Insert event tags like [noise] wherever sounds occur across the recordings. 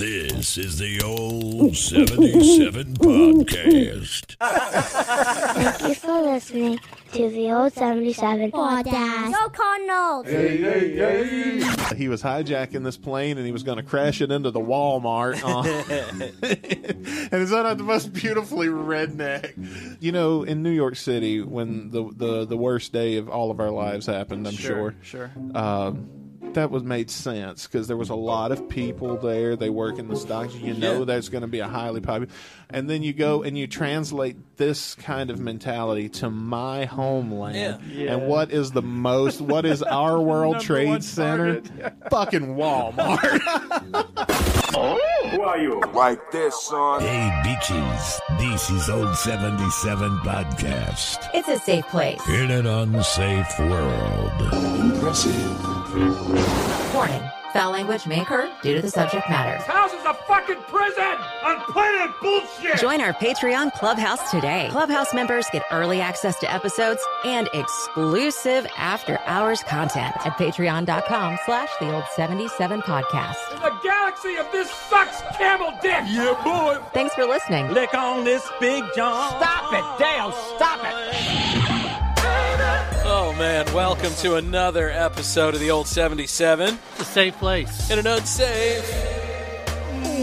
This is the old 77 podcast. Thank you for listening to the Old 77 podcast. Go Cardinals! he was hijacking this plane and he was going to crash it into the Walmart. [laughs] Uh, and is that not the most beautifully redneck? You know, in New York City, when the the, the worst day of all of our lives happened, I'm sure, Sure. Um, that was made sense because there was a lot of people there. They work in the stocks. You know, Yeah. that's going to be a highly popular. And then you go and you translate this kind of mentality to my homeland. Yeah. And what is the most? What is [laughs] our World Trade Center? [laughs] Fucking Walmart. like this, [laughs] son. Hey, bitches, this is old 77 podcast. It's a safe place. In an unsafe world. Warning. Foul language may occur due to the subject matter. house is a fucking prison on planet bullshit. Join our Patreon Clubhouse today. Clubhouse members get early access to episodes and exclusive after hours content at patreon.com slash the old 77 podcast. the galaxy of this sucks camel dick. Yeah, boy. Thanks for listening. Lick on this big John. Stop it, Dale. Stop it. Oh man, welcome to another episode of the old 77 It's a safe place. in an unsafe. [laughs]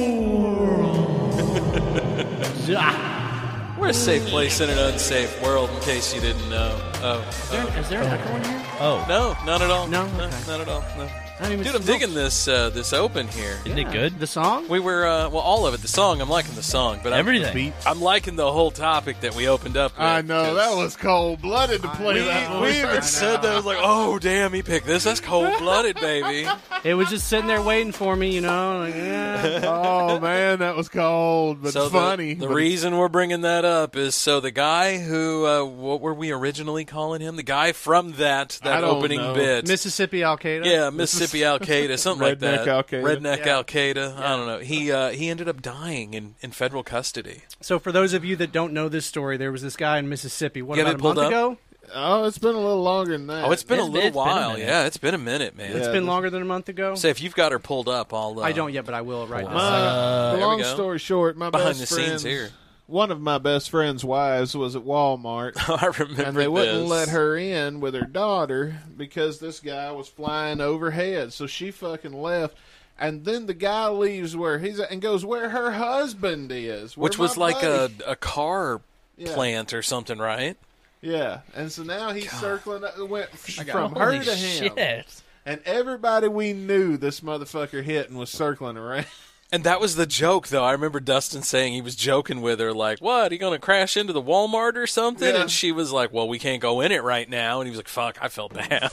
Ah, We're a safe place in an unsafe world, in case you didn't know. Oh, is, there, is there an echo in here? Oh, no, not at all. No? Okay. not at all. No. I didn't even Dude, I'm smell- digging this uh, this open here. Isn't it good? The song? We were uh, well, all of it. The song, I'm liking the song, but I'm- Everything. Beat. I'm, liking the whole topic that we opened up. [laughs] With, I know that 'cause was cold blooded to play We, that. when we even [laughs] first- said that I was like, oh damn, he picked this. That's cold blooded, baby. It was just sitting there waiting for me, you know. Like, yeah. Oh man, that was cold, but so the- funny. The, but reason we're bringing that up is so the guy who, uh, what were we originally calling him? The guy from that I that don't opening know. bit, Mississippi Al Qaeda. yeah, Mississippi Al Qaeda, something like Redneck that. Al Qaeda. Redneck Al Qaeda. I don't know. He uh, he ended up dying in, in federal custody. So for those of you that don't know this story, there was this guy in Mississippi. What You have about it a pulled month up? ago? oh, it's been a little longer than that. Oh, it's been a It's- little it's been a while. minute. yeah, it's been a minute, man. It's Yeah, been this- longer than a month ago. So if you've got her pulled up, I'll. Uh, I don't yet, but I will right now. Uh, there we long go. story short, my Behind best the scenes friends- here. [laughs] One of my best friend's wives was at Walmart, I remember and they this. wouldn't let her in with her daughter because this guy was flying overhead. So she fucking left. And then the guy leaves where he's at and goes where her husband is, where which was my like a buddy- a car Yeah. plant or something, right? yeah. And so now he's circling up, went I f- got- from her Holy to him, [laughs] shit. and everybody we knew this motherfucker hit and was circling around. And that was the joke, though. I remember Dustin saying he was joking with her, like, "What? He gonna crash into the Walmart or something?" Yeah. And she was like, "Well, we can't go in it right now." And he was like, "Fuck, I felt [laughs] bad."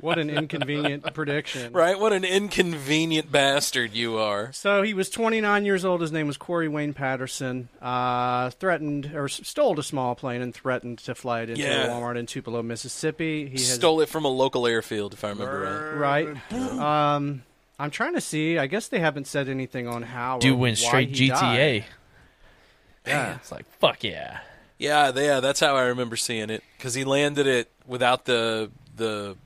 What an inconvenient [laughs] prediction. right? What an inconvenient bastard you are. So he was 29 years old. His name was Corey Wayne Patterson. Uh, threatened or s- stole a small plane and threatened to fly it into Yeah. a Walmart in Tupelo, Mississippi. He has Stole it from a local airfield, if I remember right. right. Um, I'm trying to see. I guess they haven't said anything on how. Do went straight GTA. Yeah, they- yeah, that's how I remember seeing it because he landed it without the the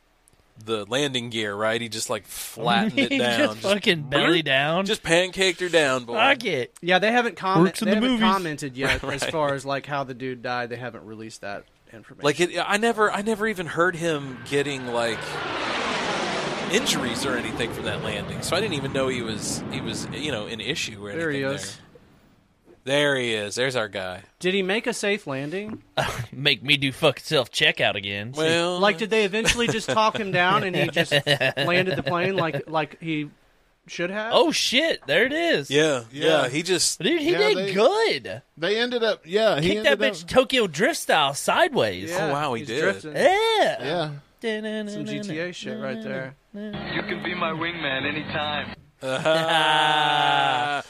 the landing gear, right? He just like flattened [laughs] it down, just, fucking belly down. just pancaked her down, boy. fuck it. Yeah, they haven't, comment, Works in they the haven't movies. commented yet [laughs] as far as like how the dude died. They haven't released that information. Like it, I never, I never even heard him getting like injuries or anything from that landing. So I didn't even know he was, he was, you know, an issue or anything. there he is. There. There he is. There's our guy. Did he make a safe landing? Make me do fuck self checkout again. See, Well, Like, did they eventually just talk him down and he [laughs] just landed the plane like like he should have? oh shit, there it is. yeah, yeah, Yeah. He just Dude, he Yeah, did they- good. They ended up, yeah, he Kick that ended bitch up, Tokyo Drift style sideways. Yeah, Oh, wow, he he's did. drifting. Yeah. yeah. Some GTA shit right there. You can be my wingman anytime. Ah,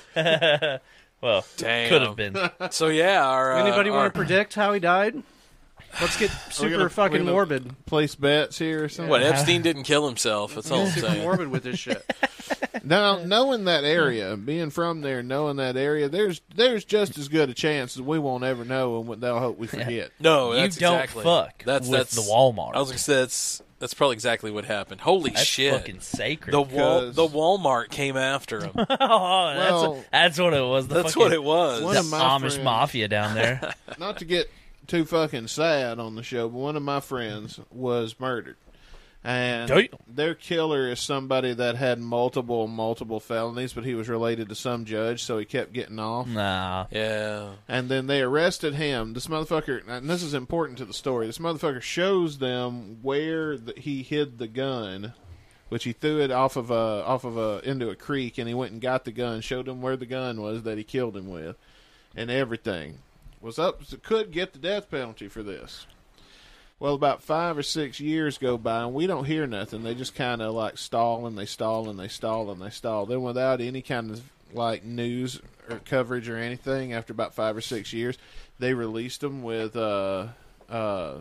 Well, damn. could have been. [laughs] So yeah, our, uh, Anybody our- want to predict how he died? Let's get We're super gonna- fucking we're gonna morbid. Place bets here or something. What Epstein didn't kill himself. That's all [laughs] I'm Super saying. morbid with [laughs] this shit. Now, knowing that area, being from there, knowing that area, there's there's just as good a chance that we won't ever know, and what they'll hope we forget. No, You that's don't exactly. fuck That's with that's the Walmart. I was gonna say that's That's probably exactly what happened. Holy That's shit! fucking sacred. the wall, because- the Walmart came after [laughs] him. Oh, that's, Well- that's what it was. The That's fucking, what it was. One of the my Amish friends- mafia down [laughs] there. Not to get too fucking sad on the show, but one of my friends was murdered. And Damn. their killer is somebody that had multiple, multiple felonies, but he was related to some judge, so he kept getting off. nah. yeah, And then they arrested him. This motherfucker, and this is important to the story. This motherfucker shows them where the, he hid the gun, which he threw it off of a off of a into a creek, and he went and got the gun. Showed them where the gun was that he killed him with, and everything was up. Could get the death penalty for this. Well, about five or six years go by, and we don't hear nothing. They just kind of like stall and they stall and they stall and they stall. Then, without any kind of like news or coverage or anything, after about five or six years, they released them with uh, uh,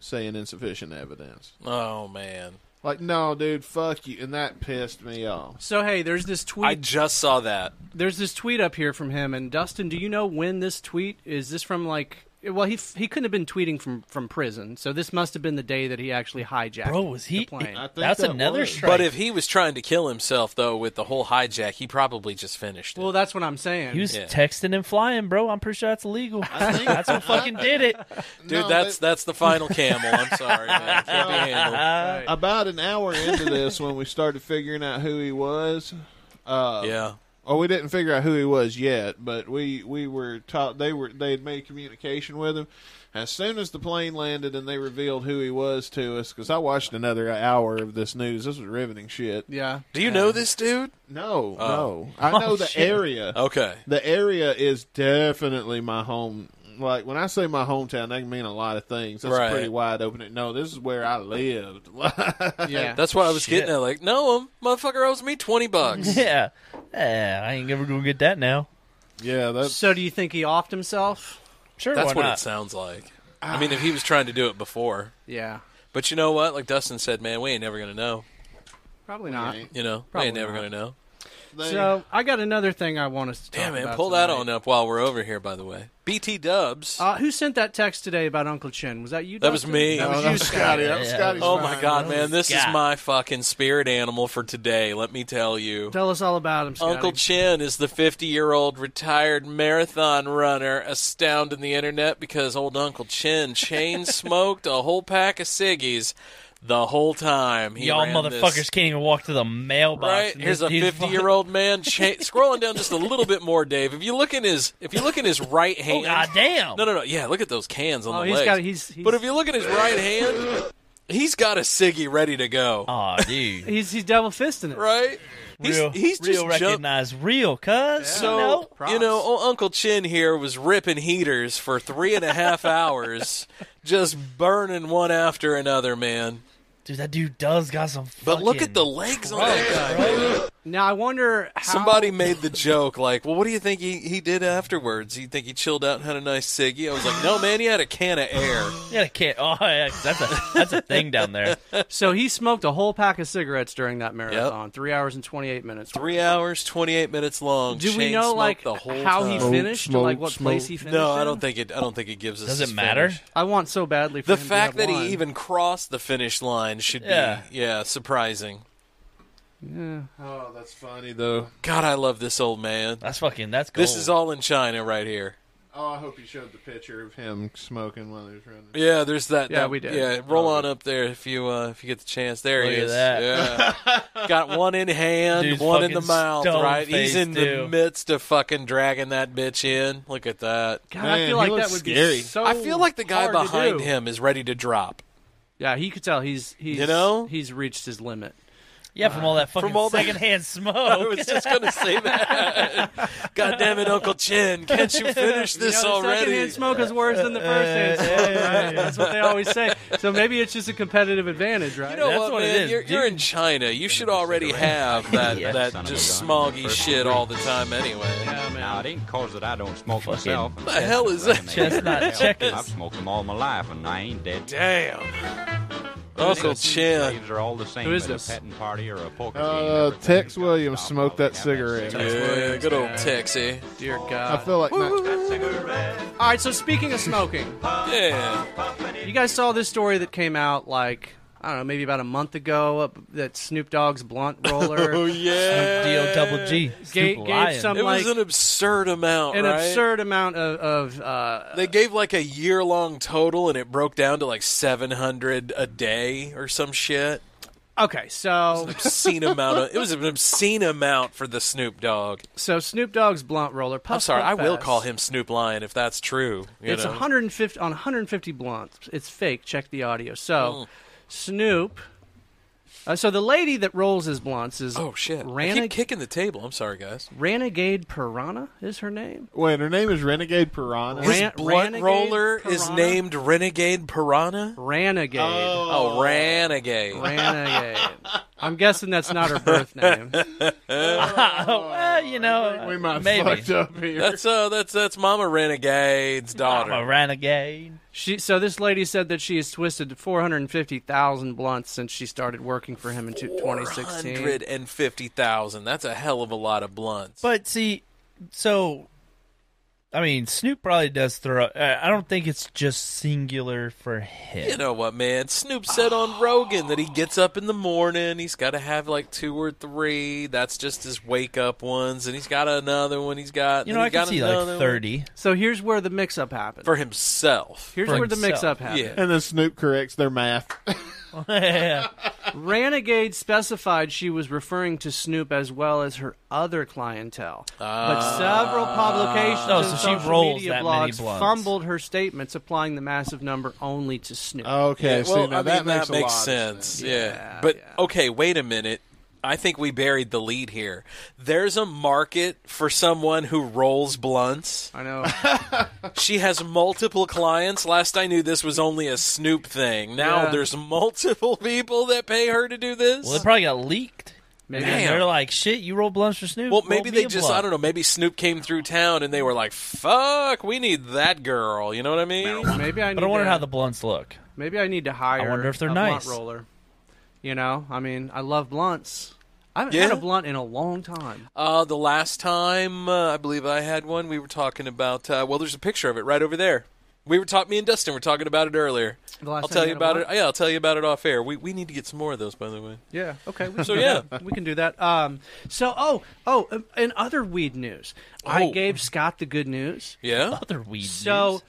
saying insufficient evidence. Oh man, Like, no, dude, fuck you, and that pissed me off. So hey, there's this tweet. I just saw that. there's this tweet up here from him. And Dustin, do you know when this tweet is? This from like. Well, he f- he couldn't have been tweeting from, from prison, so this must have been the day that he actually hijacked. Bro, was the he? plane. I think That's that another was. strike. But if he was trying to kill himself though with the whole hijack, he probably just finished it. Well, that's what I'm saying. he was Yeah. texting and flying, bro, I'm pretty sure that's illegal. [laughs] that's what fucking [laughs] did it. Dude, No, that's they- that's the final camel. I'm sorry, man. Can't be [laughs] handled. Right. about an hour into this when we started figuring out who he was. Uh, Yeah. Well, we didn't figure out who he was yet, but we we were taught they were they had made communication with him. As soon as the plane landed and they revealed who he was to us, because I watched another hour of this news. This was riveting shit. yeah. Do you know this dude? No, no, I know the shit. area. Okay. The area is definitely my home. Like when I say my hometown, that can mean a lot of things. That's Right. pretty wide open. No, this is where I lived. [laughs] Yeah. That's what I was Shit. getting at. Like, no, him motherfucker owes me twenty [laughs] bucks. Yeah. Yeah, I ain't ever gonna get that now. yeah, that's so do you think he offed himself? Sure, That's why what not? it sounds like. Ah. I mean, if he was trying to do it before, Yeah. but you know what? Like Dustin said, man, we ain't never gonna know. Probably not. ain't. You know, we Probably ain't never not. gonna know. they- So I got another thing I want us to talk Damn man, about pull that tonight. on up while we're over here. By the way, BT Dubs. Uh, who sent that text today about Uncle Chin? Was that you? That was Dustin? me. That No, was that you, was Scott. Scotty. That was Oh, Yeah. Scotty's Oh my line. god, man, this is God. my fucking spirit animal for today. Let me tell you. Tell us all about him, Scotty. Uncle Chin is the 50 year old retired marathon runner astounding the internet because old Uncle Chin chain smoked a whole pack of ciggies the whole time. He Y'all ran this- motherfuckers can't even walk to the mailbox. Right and here's this a dude's [laughs] fifty-year-old man cha- scrolling down just a little bit more, Dave. If you look in his, if you look in his right fucking- hand, Oh, goddamn. no, no, no. Yeah, look at those cans on Oh, the he's legs. got- he's- he's- But if you look at his right hand, he's got a ciggy ready to go. Aw, dude. [laughs] He's he's double fisting it. Right? He's, real, he's just real jumped- recognized real, cuz. So you know? you know, old Uncle Chin here was ripping heaters for three and a [laughs] half hours, just burning one after another, man. Dude, that dude does got some But look fucking- at the legs on that guy. Now I wonder how Somebody made the joke, like, "Well, what do you think he, he did afterwards? You think he chilled out and had a nice ciggy?" I was like, "No, man, he had a can of air." Yeah, I can't. Oh, yeah, 'cause that's a that's a thing down there. So he smoked a whole pack of cigarettes during that marathon, three hours and twenty eight minutes. Three hours, twenty-eight minutes long. Do we Chain know smoked like the whole how time. he finished, Smoke, like what smoke, place he finished? No, I in? don't think it. I don't think it gives us. Does his it matter? finish. I want so badly for The him to fact have that one. he even crossed the finish line should Yeah. be yeah surprising. Oh, that's funny though. God, I love this old man. That's fucking. That's gold. This is all in China right here. Oh, I hope you showed the picture of him smoking while he was running. Yeah, there's that. Yeah, that- we did. Yeah, roll on up there if you uh, if you get the chance. There he Look at is. that. [laughs] Yeah, got one in hand, Dude's one in the fucking mouth. stone Right, he's faced, in the too. midst of fucking dragging that bitch in. Look at that. God, I Man, feel he like that looks would scary. be so. I feel like the guy hard to behind do. him is ready to [laughs] drop. Yeah, he could tell he's he's You know? he's reached his limit. yeah from all that fucking all that- secondhand [laughs] smoke. I was just gonna say [laughs] that. God damn it, Uncle Chin! Can't you finish this you know, the already? Secondhand smoke is worse than the first hand smoke. Right? That's what they always say. So maybe it's just a competitive advantage, right? You know That's what, what it man? is, You're, you're dude. in China. You should already have that Yeah. that just smoggy shit all the time anyway. Yeah, man. Now, it ain't cause that I don't smoke myself. What the hell is that? Chestnut I've checkers. smoked them all my life, and I ain't dead. [laughs] Damn. Uncle Chin. These are all the same Who is at a this? petting party or a poker game. Uh, Everything Tex goes Williams off. smoked Probably that have cigarette. Yeah, good old Texie. Dear I God. feel like that. All right. So speaking of smoking, Yeah. you guys saw this story that came out like I don't know, maybe about a month ago, uh, that Snoop Dogg's [laughs] blunt roller. Oh yeah, D-O double G. Gave- Snoop gave Lion. some- It was like- an absurd amount, an right? absurd amount of, of uh, They gave like a year long total, and it broke down to like seven hundred a day or some shit. okay. So Obscene amount. Of, it was an obscene amount for the Snoop Dogg. so Snoop Dogg's blunt roller. Puff I'm sorry, I Puff will Pass. call him Snoop Lion if that's true. you it's know? 150 on 150 blunts. It's fake. Check the audio. Mm. So Snoop. Uh, so the lady that rolls his blunts is Oh shit! I Rana- keep kicking the table. I'm sorry, guys. Renegade Piranha is her name. Wait, her name is Renegade Piranha. His His Ran- blunt Renegade roller is Piranha? named Renegade Piranha. Renegade. Oh, Renegade. Renegade. I'm guessing that's not her birth name. well, you know, uh, we might maybe. fucked up here. That's uh, that's that's Mama Renegade's daughter. I'm a renegade. She so this lady said that she has twisted 450,000 blunts since she started working for him in two- 2016. 150,000. That's a hell of a lot of blunts. But see, so I mean, Snoop probably does throw. uh, I I don't think it's just singular for him. you know what, man? Snoop said Oh. on Rogan that he gets up in the morning, he's got to have like two or three. That's just his wake up ones, and he's got another one. He's got You know, then I he got can see like another one [laughs] thirty. So here's where the mix-up happened. for himself. here's for where the himself. mix-up happened. Yeah. and then Snoop corrects their math. yeah. Renegade specified she was referring to Snoop as well as her other clientele. but several publications Ah. Oh, and so she social rolls media that many blogs blunts. fumbled her statements, applying the massive number only to Snoop. Oh. Okay, well, see, now I mean, that makes, a lot of sense. Yeah. But okay, wait a minute. I think we buried the lead here. There's a market for someone who rolls blunts. [laughs] I know. She has multiple clients. Last I knew, this was only a Snoop thing. Now Yeah. there's multiple [laughs] people that pay her to do this. Well, it probably got leaked. Maybe. And Damn. they're like, "Shit, you roll blunts for Snoop." Well, roll maybe me they a just, blunt. I don't know, maybe Snoop came through town and they were like, fuck, we need that girl. You know what I mean? Maybe I need But I wonder to, how the blunts look. maybe I need to hire I wonder if they're a nice. blunt roller. You know, I mean, I love blunts. I haven't had Yeah. a blunt in a long time. Uh, the last time uh, I believe I had one, we were talking about, uh, well, there's a picture of it right over there. We were talking, me and Dustin were talking about it earlier. The last I'll time tell you you had a about it. blunt? Yeah, I'll tell you about it off air. We, we need to get some more of those, by the way. Yeah. [laughs] Okay. We So, can do yeah. that. we can do that. Um. So, oh, oh, um, in other weed news, I Oh. gave Scott the good news. Yeah? Other weed. So, news.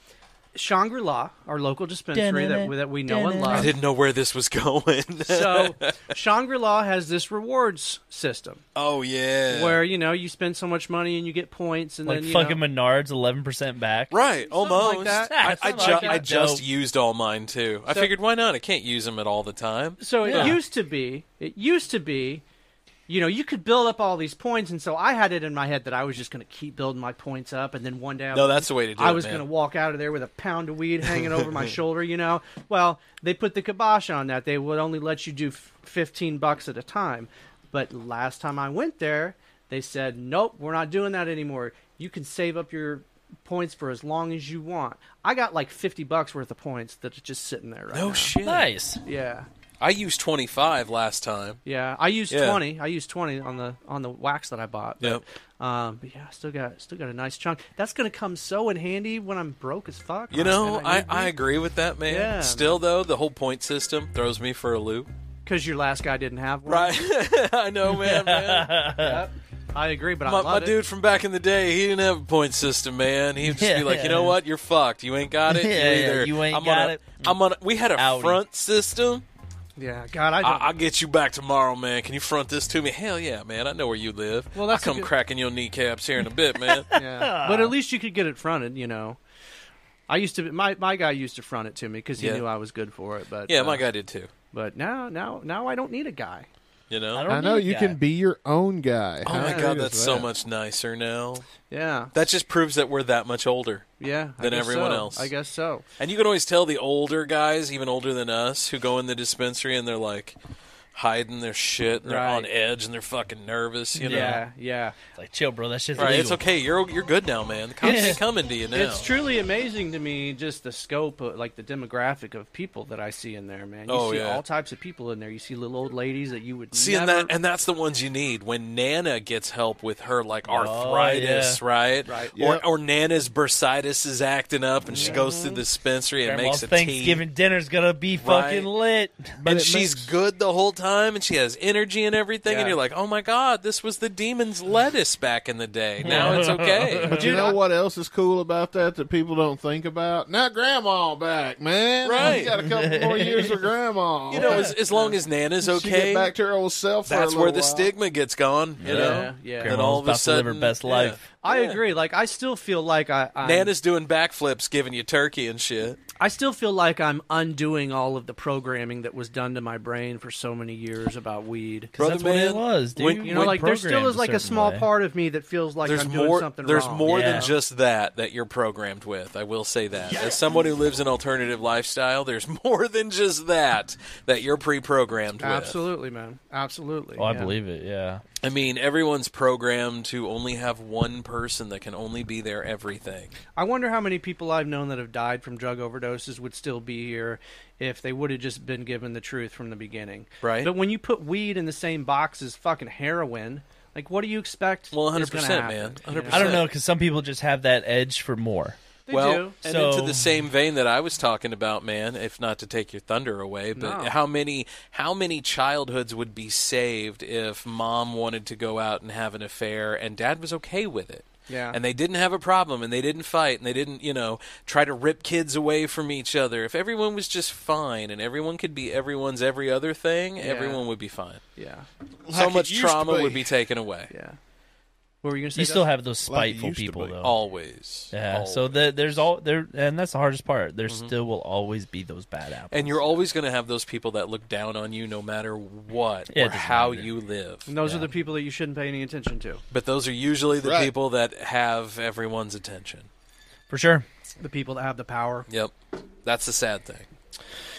Shangri La, our local dispensary that, that we know and I love. didn't know where this was [laughs] going. So, Shangri La has this rewards system [laughs] oh, yeah. where you know you spend so much money and you get points, and like then you fucking know, Menards, eleven percent back. Right, almost. that. I, I, Something ju- like that. I just Dope. used all mine too. I So- figured why not? I can't use them at all the time. So it Yeah. used to be, it used to be, you know, you could build up all these points, and so I had it in my head that I was just going to keep building my points up, and then one day I No, was- that's the way to do I it, was man. going to walk out of there with a pound of weed hanging [laughs] over my shoulder, you know. Well, they put the kibosh on that; they would only let you do f- fifteen bucks at a time. But last time I went there, they said, "Nope, we're not doing that anymore. You can save up your." Points for as long as you want. I got like fifty bucks worth of points that are just sitting there right No now. shit. Nice. yeah, I used 25 last time. yeah, I used Yeah. twenty. I used twenty on the on the wax that I bought. But, Yep. Um, but yeah, I still got still got a nice chunk. That's gonna come so in handy when I'm broke as fuck. You know, I, I I agree with that, man. Yeah. Still, though, the whole point system throws me for a loop. because your last guy didn't have one. Right. [laughs] I know, man. man. I agree, but I My, my love it. dude from back in the day, he didn't have a point system, man. He'd just Yeah. be like, you know what? You're fucked. You ain't got it. Yeah, You're yeah, either- you ain't I'm got on a- it. I'm on a- we had a Outie. front system. Yeah, God, I, don't, I, I'll get you back tomorrow, man. Can you front this to me? Hell yeah, man. I know where you live. Well, that's I'll come a good- cracking your kneecaps here in a bit, man. [laughs] yeah. But at least you could get it fronted. You know, I used to. My my guy used to front it to me because he Yeah. knew I was good for it. But yeah, uh, my guy did too. But now now now I don't need a guy. You know? I don't I know need you that. can be your own guy. oh my god, that's so much nicer now. Yeah, That just proves that we're that much older. yeah. I Than guess everyone so. else. I guess so. And you can always tell the older guys, even older than us, who go in the dispensary and they're like, hiding their shit and they're Right. on edge and they're fucking nervous, you know. Yeah, yeah. It's like, chill, bro. That shit's Right, illegal. it's okay. You're you're good now, man. The cops Yeah. ain't [laughs] coming to you now. It's truly amazing to me just the scope, of, like the demographic of people that I see in there, man. You Oh, see yeah. all types of people in there. You see little old ladies that you would See, never... and that and that's the ones you need when Nana gets help with her like arthritis, Oh, yeah. right? Right. Yep. Or or Nana's bursitis is acting up, and she goes to the dispensary and makes Grandma's a tea. Thanksgiving dinner's gonna be fucking lit. and she's good the whole time, and she has energy and everything, and Yeah. you're like, oh my god, this was the demon's lettuce back in the [laughs] day. Now it's okay. But you know what else is cool about that that people don't think about? Now grandma back, man. Right. She's got a couple more years of grandma. you know, as, as long as Nana's She get okay, back to her old self. for a that's where little the while. stigma gets gone. You Yeah, know, yeah. That Grandma's all of a about to live her sudden, best yeah. life. I agree. Like I still feel like I I'm, Nana's doing backflips, giving you turkey and shit. I still feel like I'm undoing all of the programming that was done to my brain for so many years about weed. Brother that's what man, it was, dude. when- You know, like there still is like a small part of me that feels like there's I'm doing more. something There's wrong. more Yeah. than just that that you're programmed with. I will say that. As someone who lives an alternative lifestyle, there's [laughs] more than just that that you're pre-programmed with. Absolutely, man. Absolutely. Oh, I yeah. believe it. Yeah, I mean, everyone's programmed to only have one person that can only be their everything. I wonder how many people I've known that have died from drug overdoses would still be here if they would have just been given the truth from the beginning. Right. But when you put weed in the same box as fucking heroin, like what do you expect? Well, 100%, is gonna happen, man. you know? 100%. I don't know because some people just have that edge for more. They well, do. and So- into the same vein that I was talking about, man. If not to take your thunder away, but No. how many how many childhoods would be saved if mom wanted to go out and have an affair and dad was okay with it? Yeah. And they didn't have a problem and they didn't fight and they didn't, you know, try to rip kids away from each other. If everyone was just fine and everyone could be everyone's every other thing, everyone would be fine. Yeah. Like so it much used to trauma be. would be taken away. Yeah. What were you gonna say? You still Dustin? have those Like it spiteful used to people be. though. Always. yeah. Always. Mm-hmm. So the, there's all there, and that's the hardest part. There still will always be those bad apples. and you're always going to have those people that look down on you no matter what Yeah, it or doesn't how matter. you live. And those are the people that you shouldn't pay any attention to. But those are usually the Right. people that have everyone's attention. for sure. The people that have the power. Mm. Yep. That's the sad thing.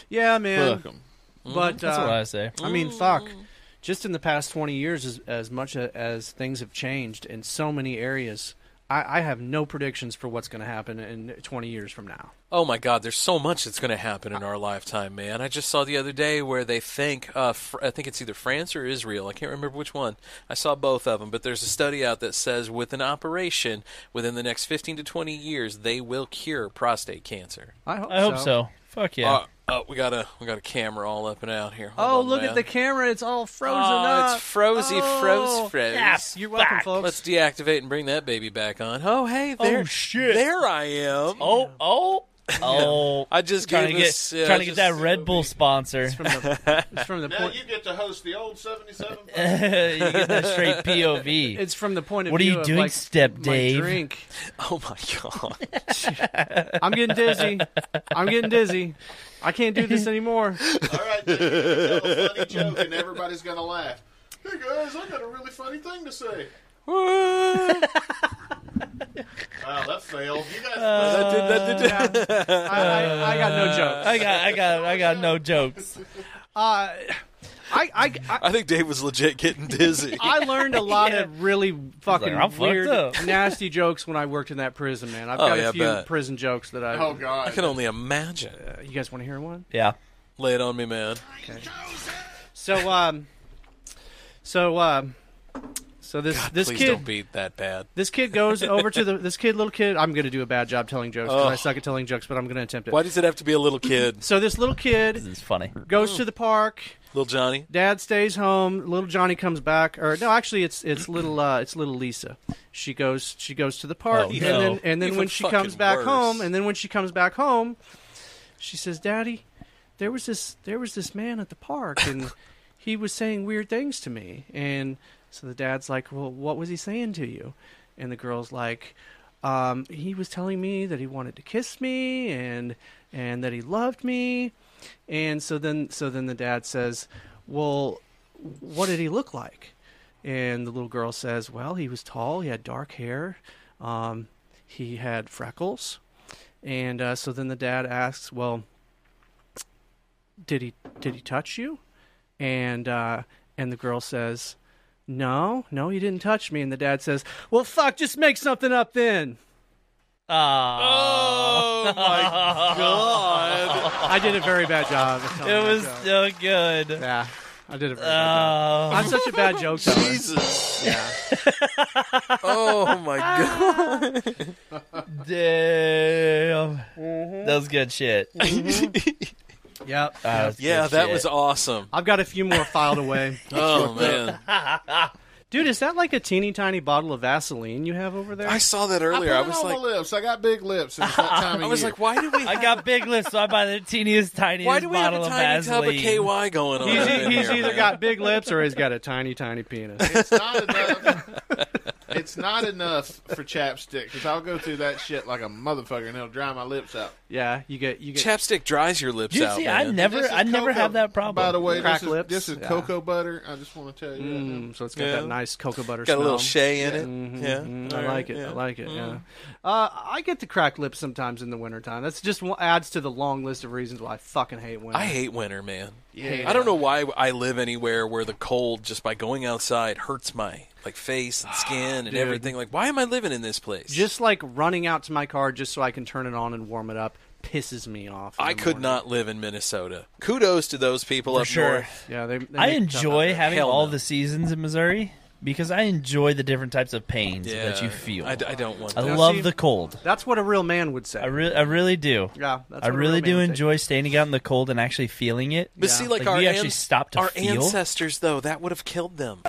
Yeah, man. Fuck 'em. But mm, That's uh, what I say. I mean, fuck. Just in the past 20 years, as, as much a, as things have changed in so many areas, I, I have no predictions for what's going to happen in 20 years from now. Oh my God! There's so much that's going to happen in our lifetime, man. I just saw the other day where they think, uh, fr- I think it's either France or Israel. I can't remember which one. I saw both of them, but there's a study out that says with an operation within the next 15 to 20 years, they will cure prostate cancer. I hope, I hope so. Fuck yeah. Uh, oh, we got a we got a camera all up and out here. Hold Oh, on, look man. at the camera. It's all frozen Oh, up. it's frozy, Oh. froze, froze. Yeah, You're welcome, fuck. folks. Let's deactivate and bring that baby back on. Oh, hey, there. Oh, shit. There I am. Oh, oh, oh! I just trying to gave get us- yeah, trying to I get just- that Red Bull sponsor. from the, it's from the point. get to host the old 77 [laughs] [laughs] you get that straight POV. It's from the point of What are view you of, doing, like, Step my Dave? drink. Oh, my God. [laughs] I'm getting dizzy. I'm getting dizzy. I can't do [laughs] this anymore. All right, then, you tell a [laughs] funny joke and everybody's gonna laugh. Hey guys, I got a really funny thing to say. Wow, that failed. You guys, Uh, That did- that did- I, I, I got no jokes. I got, I got, I got no jokes. Uh, I, I, I, I think Dave was legit getting dizzy. I learned [laughs] a lot of really fucking I'm fucked weird, up. [laughs] nasty jokes when I worked in that prison, man. I've Oh, got yeah, I a few bet. prison jokes that I. uh, oh I can god, only imagine. You guys want to hear one? Yeah. Lay it on me, man. So, um, so, um, so this this Please kid don't beat that bad. this kid goes over to the this kid little kid. I'm gonna do a bad job telling jokes because I suck at telling jokes, but I'm gonna attempt it. Why does it have to be a little [laughs] kid? So this little kid This is funny. goes to the park. Little Johnny? Dad stays home. Little Johnny comes back, or no, actually, it's it's little uh, it's little Lisa. She goes she goes to the park, Oh, and no. then and then Even when she fucking comes back worse. home, and then when she comes back home, she says, "Daddy, there was this there was this man at the park, [laughs] and he was saying weird things to me." And so the dad's like, "Well, what was he saying to you?" And the girl's like, um, "He was telling me that he wanted to kiss me, and and that he loved me." And so then so then the dad says, "Well, what did he look like?" And the little girl says, "Well, he was tall. He had dark hair. Um, he had freckles." And uh, so then the dad asks, "Well, did he did he touch you?" and uh, and the girl says, "No, no, he didn't touch me." And the dad says, "Well, fuck, just make something up then." Oh, [laughs] I did a very bad job. of it telling that was joke. so good. yeah, I did a very bad job. Oh, I'm such a bad [laughs] joke teller. Jesus. Yeah. [laughs] Oh my god. [laughs] damn. Mm-hmm. That was good shit. Uh, Yep. That was Yeah, good that shit. was awesome. I've got a few more filed away. [laughs] Oh man. Dude, is that like a teeny tiny bottle of Vaseline you have over there? I saw that I put earlier. it I, was on like my lips. I got big lips. and It's that [laughs] time of I was year. like, why do we I got big lips, so I buy the teeniest, tiniest why do we have a bottle tiny of tub of Vaseline. e- KY going on? he's e-, up in he's there, either man? got big lips or he's got a tiny, tiny penis. it's not enough. it's not enough for chapstick because I'll go through that shit like a motherfucker and it'll dry my lips out. Yeah, you get you get [laughs] Chapstick dries your lips You out. see, I man. never, This is I never cocoa- have that problem. By the way, Crack this is, lips? This is Yeah. cocoa butter. I just want to tell you. that now. Mm, so it's got Yeah. that nice cocoa butter got a smell. little shay in it. Mm-hmm. Mhm, Yeah, mhm, All I right, like it. yeah. Mm. I like it. Yeah, uh, I get the cracked lips sometimes in the wintertime. That's just one, adds to the long list of reasons why I fucking hate winter. I hate winter, man. Yeah. I don't know why I live anywhere where the cold just by going outside hurts my like face and skin and everything. Like, why am I living in this place? just like running out to my car just so I can turn it on and warm it up pisses me off. in I the could morning. not live in Minnesota. Kudos to those people for up sure. north. Yeah, they, they I make tough enjoy effort. having Hell all no. the seasons in Missouri because I enjoy the different types of pains Yeah, that you feel. I, I, d- I don't want. That. Now, love see- the cold. That's what a real man would say. I really, I really do. yeah, that's I what a really real man do would say. enjoy standing out in the cold and actually feeling it. But see, like, Like, our we actually ans- stop to our feel? ancestors though that would have killed them.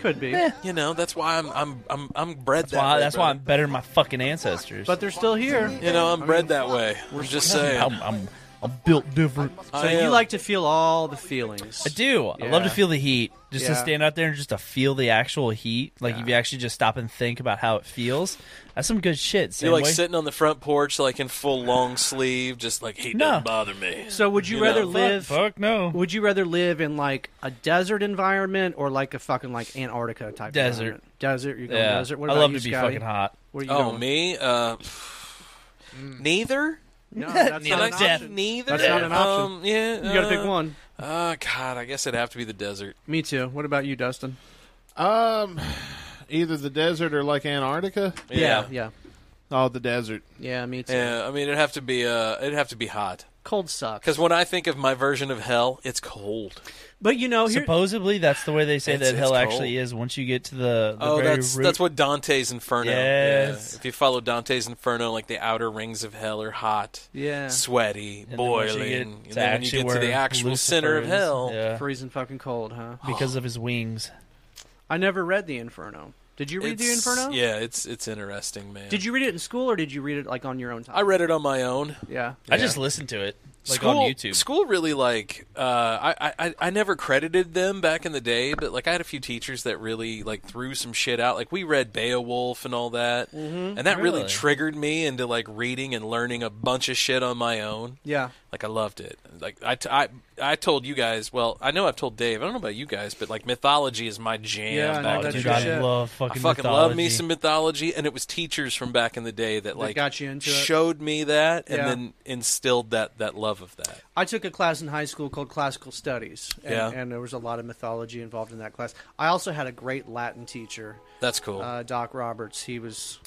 Could be, You know, that's why I'm I'm I'm I'm bred That's that why, way. that's why I'm brother. better than my fucking ancestors. but they're still here. You know, I'm bred that way. We're just saying. I'm, I'm, I'm built different. I So you am. like to feel all the feelings. I do. I love to Yeah. feel the heat. Just to Yeah. stand out there and just to feel the actual heat. Like if you actually just stop and think about how it feels, that's some good shit. You're Same like way- sitting on the front porch, like in full long sleeve, just like hey, No. don't bother me. So would you, You rather know. live? Fuck no. Would you rather live in like a desert environment or like a fucking like Antarctica type Desert. environment? Desert. You're going yeah. desert. What I about love you, to be Scotty? fucking hot. Where you Oh going? me, uh, neither. [laughs] No, that's Neither. not an Like Death. option. Neither. That's not an option. Um, yeah, You gotta pick uh, one. Uh, God, I guess it'd have to be the desert. Me too. What about you, Dustin? Um, either the desert or like Antarctica. Yeah, yeah, Oh, the desert. yeah. Me too. yeah. I mean, it'd have to be uh, it'd have to be hot. Cold sucks. Because when I think of my version of hell, it's cold. But you know, here, Supposedly, that's the way they say It's- that hell it's actually is. Once you get to the, the Oh, very that's root, that's what Dante's Inferno. Yes. Yeah. If you follow Dante's Inferno, like the outer rings of hell are hot, yeah, sweety, and then once boiling. You get and to then when you actually get to the where actual Lucifer center of is. hell. yeah, freezing fucking cold, huh? because of his wings. I never read the Inferno. Did you read the it's- Inferno? Yeah, it's it's interesting, man. Did you read it in school or did you read it like on your own time? I read it on my own. Yeah. I just listened to it like school, on YouTube. School really like uh, I, I I never credited them back in the day, but like I had a few teachers that really like threw some shit out. Like we read Beowulf and all that, and that really. Mm-hmm. Really? triggered me into like reading and learning a bunch of shit on my own. Yeah. Like I loved it. Like I, t- I, I told you guys. Well, I know I've told Dave. I don't know about you guys, but like mythology is my jam. Yeah, I know back Oh, in that's the dude, your day. I shit. love I fucking fucking love me mythology. some mythology, and it was teachers from back in the day that like got you into it. showed me that, and Yeah. then instilled that that love of that. I took a class in high school called Classical Studies, and, Yeah. and there was a lot of mythology involved in that class. I also had a great Latin teacher, That's cool. uh, Doc Roberts. He was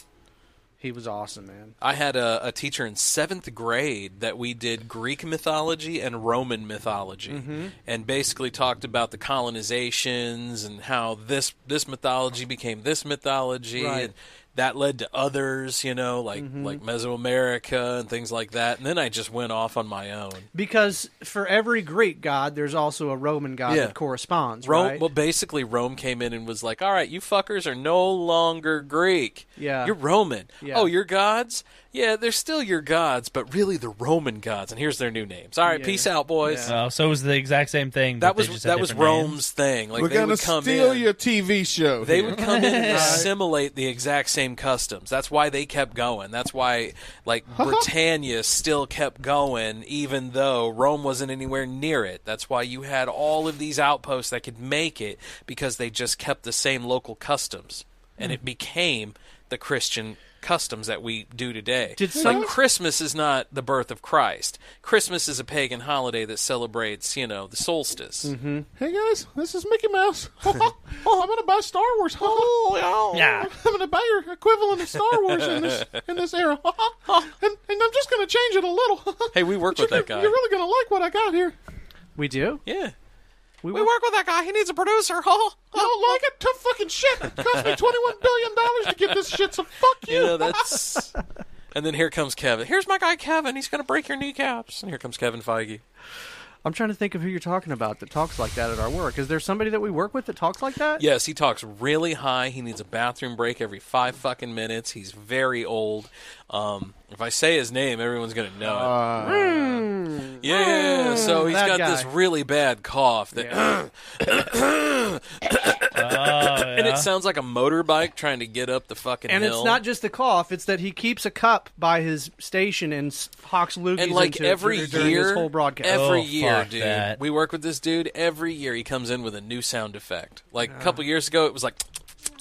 he was awesome, man. I had a, a teacher in seventh grade that we did Greek mythology and Roman mythology, and basically talked about the colonizations and how this this mythology became this mythology, Right. and that led to others, you know, like like Mesoamerica and things like that. And then I just went off on my own. Because for every Greek god, there's also a Roman god Yeah. that corresponds, Rome, right? well, basically, Rome came in and was like, "All right, you fuckers are no longer Greek. Yeah. you're Roman. Yeah. Oh, your gods? Yeah, they're still your gods, but really the Roman gods. And here's their new names. All right, Yeah. peace out, boys. Oh, so it was the exact same thing. That but they was just had that was different names? Rome's thing. Like We're they gonna would come steal in. your TV show. They here. would [laughs] come in and assimilate the exact same customs. That's why they kept going. That's why, [laughs] like, Britannia still kept going, even though Rome wasn't anywhere near it. That's why you had all of these outposts that could make it because they just kept the same local customs. and Hmm. it became the Christian customs that we do today. Did some- like Christmas is not the birth of Christ. Christmas is a pagan holiday that celebrates, you know, the solstice. Mm-hmm. Hey guys, this is Mickey [laughs] Mouse. [laughs] oh, I'm gonna buy Star Wars. [laughs] Oh, Yeah. I'm gonna buy your equivalent of Star Wars in this in this era. [laughs] and, and I'm just gonna change it a little. [laughs] Hey, we work But with that you're- guy. You're really gonna like what I got here. We do. Yeah. We, We work with that guy. He needs a producer. [laughs] Oh, I don't like it. Tough fucking shit. It cost me twenty-one billion dollars to get this shit. So fuck you. you know [laughs] that's. And then here comes Kevin. Here's my guy Kevin. He's going to break your kneecaps. And here comes Kevin Feige. I'm trying to think of who you're talking about that talks like that at our work. Is there somebody that we work with that talks like that? Yes, he talks really high. He needs a bathroom break every five fucking minutes. He's very old. Um, if I say his name, everyone's gonna know Uh, it. Yeah, so he's that got this guy. really bad cough that, [coughs] Oh, and it sounds like a motorbike trying to get up the fucking And hill. it's not just the cough; it's that he keeps a cup by his station and s- hawks loogies and like into it every dur- during year, this whole broadcast. every Oh, year, fuck dude, that. we work with this dude. Every year, he comes in with a new sound effect. Like a couple years ago, it was like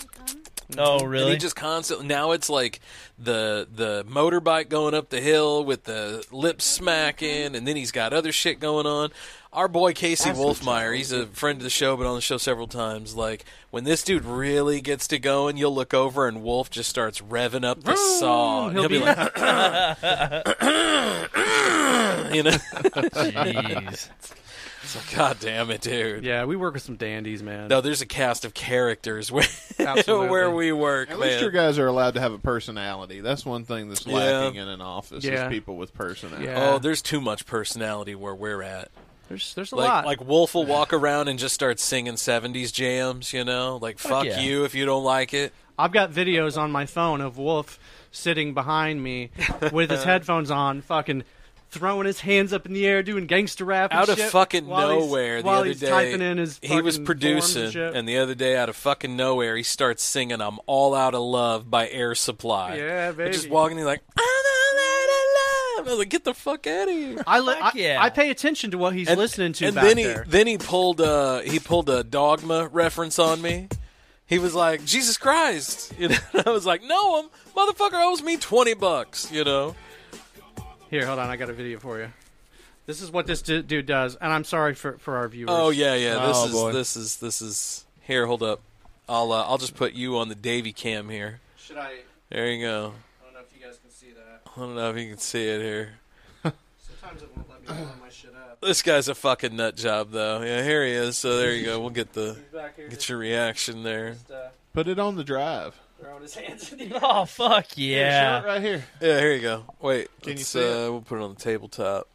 [laughs] oh And really? he just constantly now it's like the the motorbike going up the hill with the lips smacking, and then he's got other shit going on. Our boy Casey Wolfmeyer, he's a friend of the show, been on the show several times. Like when this dude really gets to going, you'll look over and Wolf just starts revving up the saw. And Oh, he'll He'll be be- like, you [laughs] know, [laughs] Jeez. it's like, God damn it, dude. [laughs] yeah, we work with some dandies, man. No, there's a cast of characters [laughs] where Absolutely. where we work, At man. least your guys are allowed to have a personality. That's one thing that's Yeah. lacking in an office Yeah. is people with personality. Yeah. oh, there's too much personality where we're at. there's there's a like, lot. Like Wolf will walk around and just start singing '70s jams, you know? Like fuck yeah. you if you don't like it. I've got videos on my phone of Wolf sitting behind me [laughs] with Uh. his headphones on, fucking throwing his hands up in the air, doing gangster rap and Out of shit fucking while he's- nowhere, the while other he's day typing in his he was fucking forms producing, and, shit. the other day, out of fucking nowhere, he starts singing "I'm All Out of Love" by Air Supply. Yeah, We're Just baby. walking, he's like, "I'm all out of love." I was like, "Get the fuck out of here!" I, li- Fuck I, yeah. I pay attention to what he's listening to And back then he there. then he pulled uh he pulled a dogma reference on me. He was like, Jesus Christ. [laughs] You know, I was like, No, him. Motherfucker owes me 20 bucks, you know? Here, hold on, I got a video for you. This is what this du- dude does, and I'm sorry for, for our viewers. Oh yeah, yeah. This Oh, is boy. this is this is here. Hold up. I'll uh, I'll just put you on the Davy cam here. Should I? There you go. I don't know if you guys can see that. I don't know if you can see it here. Sometimes it won't let me blow my shit up. This guy's a fucking nut job though. Yeah, here he is. So there you go. We'll get the Back here, get your reaction there. Put it on the drive. uh, throwing his hands in [laughs] the Oh fuck Shot yeah! right here. Yeah, here you go. Wait. Can you let's, see uh, it? We'll put it on the tabletop.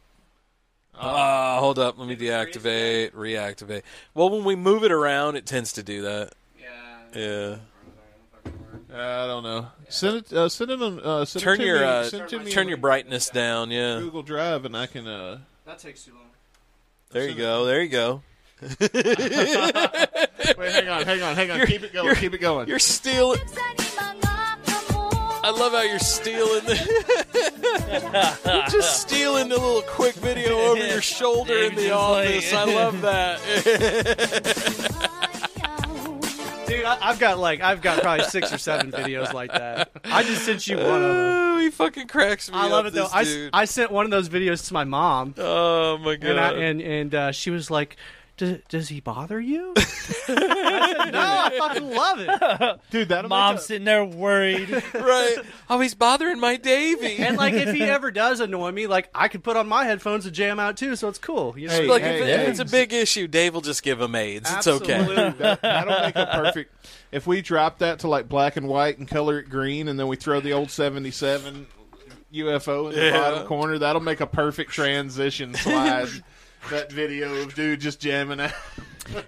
Ah, hold up. Let me deactivate, reactivate. Well, when we move it around, it tends to do that. Yeah. Yeah. Uh, I don't know. Send it. Uh, send it on. Uh, send Turn it to your me, uh, send it to me turn on your brightness down. Yeah. Google Drive, and I can. Uh, That takes too long. There you go. There you go. Wait, hang on, hang on, hang on. Keep it going. Keep it going. You're stealing. I love how you're stealing the. [laughs] you're just stealing the little quick video over your shoulder in David's the office. just like- I love that. [laughs] Dude, I, I've got like I've got probably six or seven videos like that. I just sent you one of [laughs] them. oh, he fucking cracks me I up, love it though. this I, s- dude. I sent one of those videos to my mom, oh my god. and I, and and uh, she was like. Does, does he [laughs] bother you? I said, no, I fucking love it. Dude, that Mom's sitting [laughs] there worried. right. Oh, he's bothering my [laughs] Davy. And like, if he ever does annoy me, like I could put on my headphones and jam out too, so it's cool. You know? Hey, like hey, if, it- hey. if it's a big issue, Dave will just give him AIDS. It's okay. Absolutely. That, that'll make a perfect. If we drop that to like black and white and color it green, and then we throw the old '77 UFO in the bottom corner, that'll make a perfect transition slide. that video of dude just jamming out.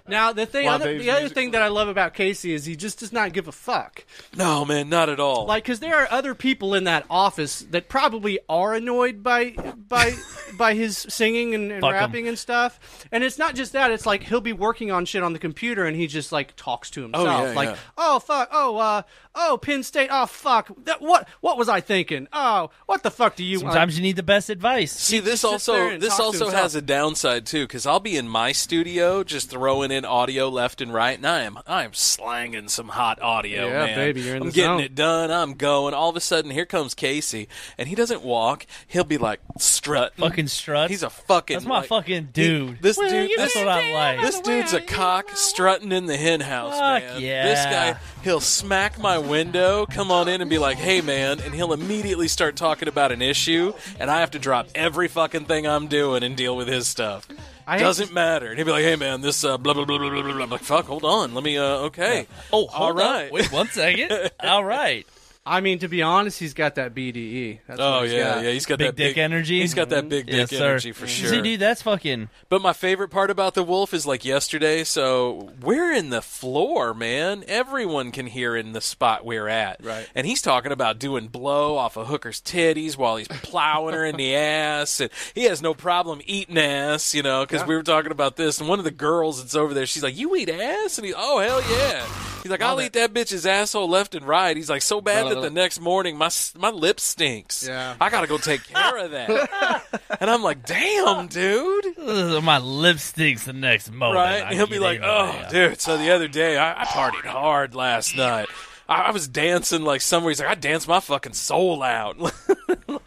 Now the thing, While other, Dave's the other music thing that I love about Casey is he just does not give a fuck. [laughs] No, man, not at all. Like, because there are other people in that office that probably are annoyed by [laughs] by by his singing and, and Fuck 'em. rapping and stuff. And it's not just that; it's like he'll be working on shit on the computer, and he just like talks to himself, Oh, yeah, like, yeah. "Oh fuck, oh uh, Oh, Penn State. Oh, fuck. That, what what was I thinking? Oh, what the fuck do you want? Sometimes you need the best advice. See, this sits there also and this talks also to himself. has a downside too, because I'll be in my studio just throwing in audio left and right, and I am I am slanging some hot audio. Yeah, man. baby, you're in I'm the getting zone. it done. I'm going. All of a sudden, here comes Casey, and he doesn't walk. He'll be like strut, Fucking strut. He's a fucking. That's my like- fucking dude. This Well, dude. you This, know what I like. this dude's a cock strutting in the hen house, Fuck man. yeah. This guy, he'll smack my window, come on in, and be like, "Hey, man," and he'll immediately start talking about an issue, and I have to drop every fucking thing I'm doing and deal with his stuff. I hate Doesn't matter. And he'll be like, "Hey, man, this uh, blah blah blah blah blah blah." blah." I'm like, "Fuck, hold on, let me." Uh, okay. Oh, all hold on. right. Wait one second. [laughs] all right. I mean, to be honest, he's got that BDE. That's Oh what he's yeah, got. yeah. He's got Big that dick energy. He's got that big dick Yes, sir. energy for sure. See, dude, that's fucking. But my favorite part about the wolf is like yesterday. So we're in the floor, man. Everyone can hear in the spot we're at. Right. And he's talking about doing blow off a hooker's titties while he's plowing her in the ass, and he has no problem eating ass, you know, because we were talking about this. And one of the girls that's over there, she's like, "You eat ass?" And he, "Oh hell yeah." He's like, "I'll eat that bitch's asshole left and right." He's like, "So bad that the next morning my s- my lip stinks. Yeah. I gotta go take care of [laughs] that." and I'm like, "Damn, dude." Ugh, my lipstick's the next moment. right? I And he'll be get like, in "Oh, there." dude!" So the other day, I, I partied hard [laughs] last night. I, I was dancing like somewhere. He's like, "I danced my fucking soul out." [laughs]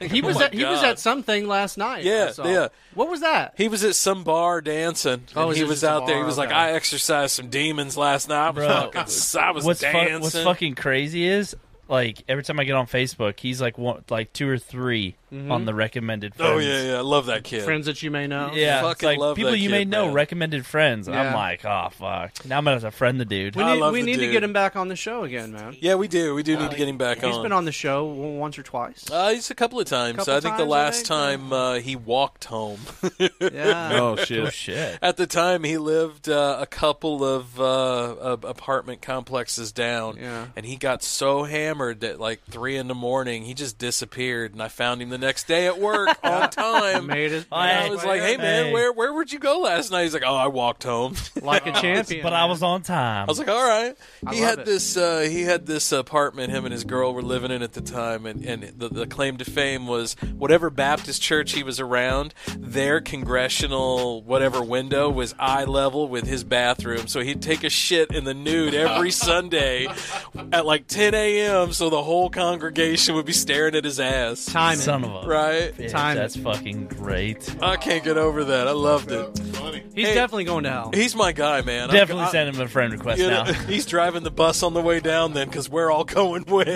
He was my at, he was God. at something last night. Yeah, I saw. yeah. What was that? he was at some bar dancing. Oh, and he he was was at some out there. He bar, was like, okay. "I exercised some demons last night. I was, Bro. fucking, I was what's fu- dancing." what's fucking crazy is like every time I get on Facebook, he's like one, like two or 3 on the recommended. Friends. Mm-hmm. oh yeah, yeah. I love that kid. Friends that you may know. Yeah, it's Fucking like love people that you kid, may know man. recommended friends. And I'm Yeah. like, oh fuck. Now I'm gonna have to friend the dude. [laughs] We I need, love we the need to dude. get him back on the show again, man. Yeah, we do. We do need to get him back He's on. been on the show w- once [laughs] or twice. Uh, he's a couple of times. Couple I think the times, I last think. time uh, he walked home. Yeah. Oh Oh shit! shit. At the time, he lived uh, a couple of uh, uh, apartment complexes down, Yeah. and he got so hammered that like three in the morning, he just disappeared. And I found him the next day at work [laughs] on time. Made his I And I was like, "Hey man, Hey. where where would you go last night?" He's like, "Oh, I walked home." like a champion. But I was on time. I was like, "All right." He love had it. this. Uh, he had this apartment. Him and his girl were living in at the time, and, and the, the claim to fame was whatever Baptist church he was around. Their congressional whatever window was eye level with his bathroom, so he'd take a shit in the nude [laughs] every Sunday at like 10 a.m. So the whole congregation would be staring at his ass. timing. son of a Right? bitch, Time. That's fucking great. I can't get over that. I loved it. He's Hey. definitely going to hell. He's my guy, man. I'm- Definitely I- send him a friend request uh, you know, now. he's driving the bus on the way down then because we're all going [laughs] with.